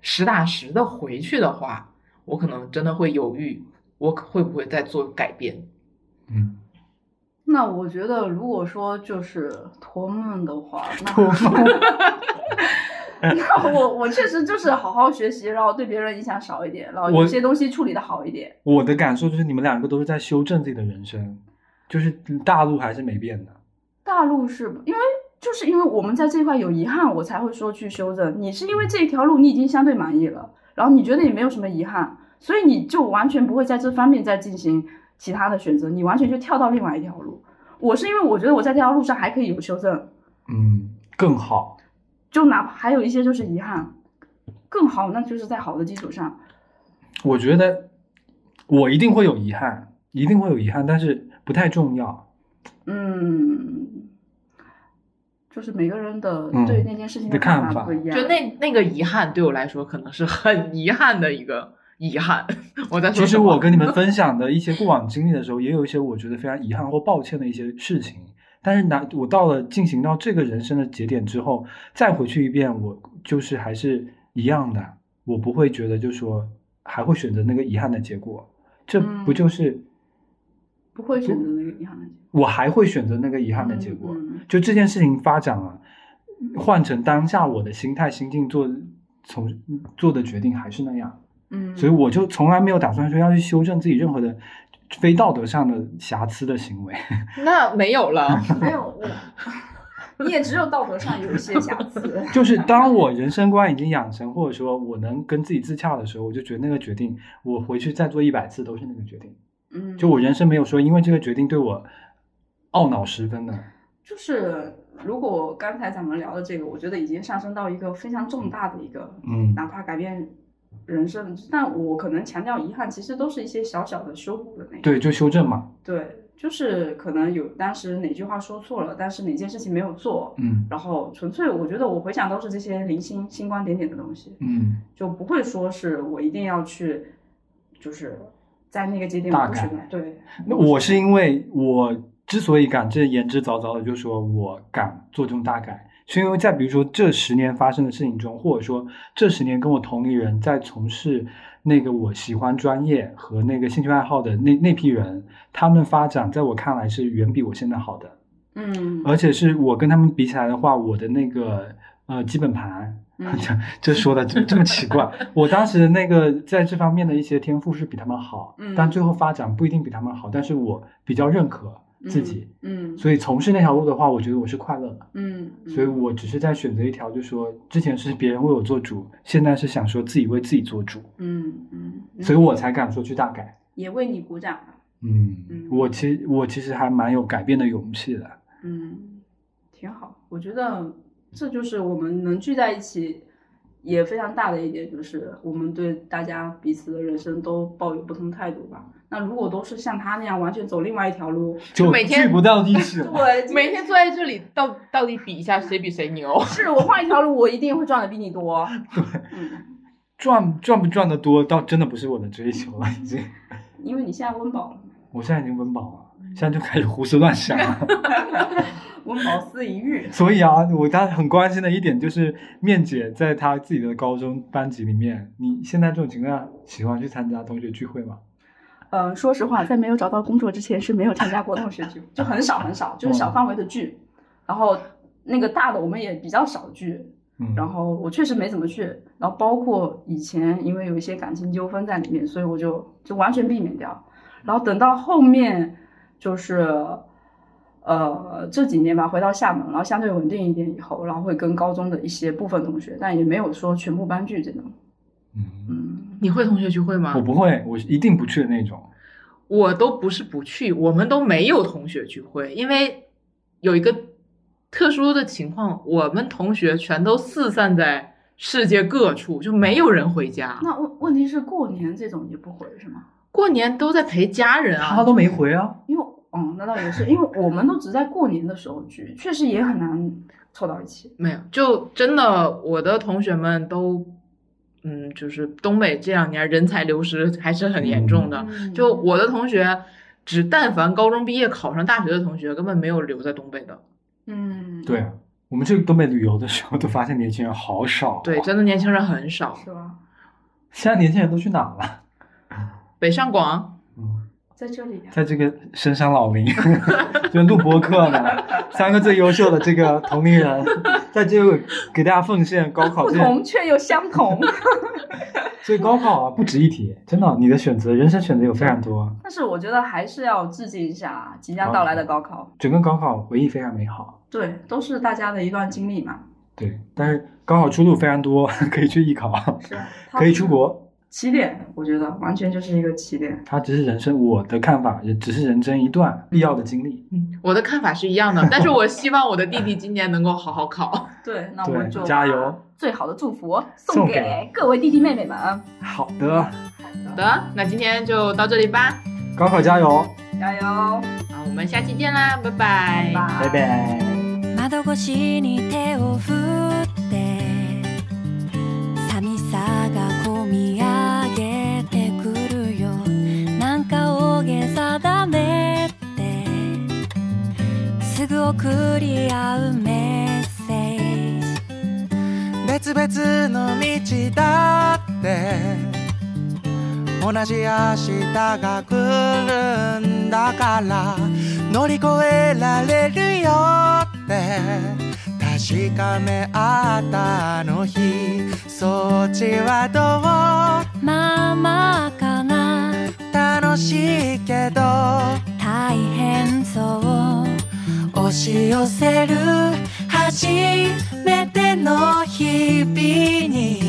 实打实的回去的话，我可能真的会犹豫，我可会不会再做改变？ 嗯，那我觉得如果说就是托梦的话，那托梦那我我确实就是好好学习，然后对别人影响少一点，然后有我些东西处理的好一点。我的感受就是你们两个都是在修正自己的人生，就是大陆还是没变的。大陆是因为就是因为我们在这块有遗憾，我才会说去修正。你是因为这一条路你已经相对满意了，然后你觉得也没有什么遗憾，所以你就完全不会在这方面再进行其他的选择，你完全就跳到另外一条路。我是因为我觉得我在这条路上还可以有修正，嗯，更好。就哪怕还有一些就是遗憾，更好那就是在好的基础上。我觉得我一定会有遗憾，一定会有遗憾，但是不太重要。嗯，就是每个人的嗯对那件事情的的看看法不一样。就那那个遗憾对我来说，可能是很遗憾的一个遗憾。 我在说其实什么我跟你们分享的一些过往经历的时候，也有一些我觉得非常遗憾或抱歉的一些事情。但是拿我到了进行到这个人生的节点之后，再回去一遍，我就是还是一样的，我不会觉得就说还会选择那个遗憾的结果。这不嗯就是不会选择那个遗憾的结我还会选择那个遗果。憾的结果？嗯嗯就这件事情发展了，换成当下我的心态心境做从做的决定还是那样，嗯，所以我就从来没有打算说要去修正自己任何的非道德上的瑕疵的行为。 那没有了，没有我， 你也只有道德上有一些瑕疵。就是当我人生观已经养成，或者说我能跟自己自洽的时候，我就觉得那个决定，我回去再做一百次都是那个决定。嗯，就我人生没有说因为这个决定对我懊恼十分的。就是，如果刚才咱们聊的这个，我觉得已经上升到一个非常重大的一个，嗯哪怕改变人生，但我可能强调遗憾，其实都是一些小小的修补的那个。对，就修正嘛。对，就是可能有当时哪句话说错了，但是哪件事情没有做。嗯然后纯粹，我觉得我回想都是这些零星星光点点的东西。嗯，就不会说是我一定要去，就是在那个节点大我不改选的，对，那我是因为我之所以敢这言之凿凿的就说我敢做这种大改，是因为在比如说这十年发生的事情中，或者说这十年跟我同龄人在从事那个我喜欢专业和那个兴趣爱好的那那批人，他们发展在我看来是远比我现在好的，嗯而且是我跟他们比起来的话，我的那个呃基本盘，嗯 这这说的这这么奇怪。我当时那个在这方面的一些天赋是比他们好，嗯但最后发展不一定比他们好，但是我比较认可自己，嗯所以从事那条路的话，我觉得我是快乐的。嗯，嗯所以我只是在选择一条，就说之前是别人为我做主，现在是想说自己为自己做主，嗯嗯，嗯所以我才敢说去大改。也为你鼓掌吧。嗯嗯，我其实我其实还蛮有改变的勇气的。嗯，挺好。我觉得这就是我们能聚在一起也非常大的一点，就是我们对大家彼此的人生都抱有不同态度吧。那如果都是像他那样完全走另外一条路，就每天聚不到一起了。对，每天坐在这里，到到底比一下谁比谁牛？是我换一条路，我一定会赚的比你 多。嗯，赚赚不赚得多，倒真的不是我的追求了，已经。因为你现在温饱了，我现在已经温饱了，现在就开始胡思乱想了。 温饱思淫欲。所以啊，我当时很关心的一点就是，面姐在她自己的高中班级里面，你现在这种情况下喜欢去参加同学聚会吗？嗯，说实话，在没有找到工作之前是没有参加过同学聚会，就很少很少，就是小范围的聚，然后那个大的我们也比较少聚，嗯，然后我确实没怎么去，然后包括以前因为有一些感情纠纷在里面，所以我就就完全避免掉。然后等到后面就是，呃，这几年吧，回到厦门，然后相对稳定一点以后，然后会跟高中的一些部分同学，但也没有说全部班聚这种。嗯，嗯， 你会同学聚会吗我不会，我一定不去的那种。我都不是不去，我们都没有同学聚会，因为有一个特殊的情况，我们同学全都四散在世界各处，就没有人回家。那问问题是过年这种也不回是吗？过年都在陪家人啊他，都没回啊，因为哦，那倒也是，因为我们都只在过年的时候聚，确实也很难凑到一起。没有，就真的我的同学们都，嗯，就是东北这两年人才流失还是很严重的。嗯就我的同学，只但凡高中毕业考上大学的同学，根本没有留在东北的。嗯，对，啊，我们去东北旅游的时候都发现年轻人好少、啊。对，真的年轻人很少。是吧？现在年轻人都去哪了？北上广，嗯。在这里啊。在这个深山老林， 就录播客呢，三个最优秀的这个同龄人，在这个给大家奉献高考不这，同却又相同。 所以高考啊不值一提，真的，你的选择，人生选择有非常多，但是我觉得还是要致敬一下即将到来的高考，整个高考回忆非常美好，对，都是大家的一段经历嘛。对，但是高考出路非常多， 可以去艺考，是，可以出。国，起点，我觉得完全就是一个起点。它只是人生，我的看法也只是人生一段必要的经历，我的看法是一样的，但是我希望我的弟弟今年能够好好考。对，那我对们就，加油，！最好的祝福送送给给各位弟弟妹妹们，好的，好的，那今天就到这里吧，高考加油，加油！啊，我们下期见啦，拜拜。拜拜。窓越しに手を振って寂しさがこみ上げてくるよなんか大げさだねってすぐ送り合うメッセージ別々の道だって同じ明日が来るんだから乗り越えられるよって確かめ合ったあの日そっちはどまあまあかなう楽しいけど大変そう押し寄せる初めての日々に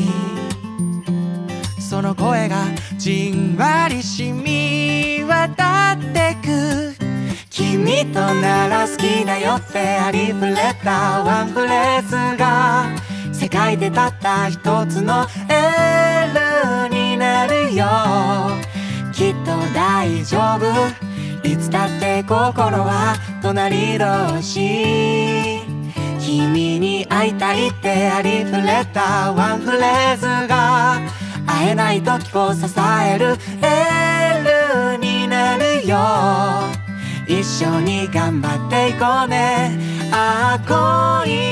その声がじんわり染み渡ってく君となら好きだよってありふれたワンフレーズが世界でたった一つのエールになるよきっと大丈夫いつだって心は隣同士君に会いたいってありふれたワンフレーズが会えない時を支えるエールになるよ一緒に頑張っていこうねああ恋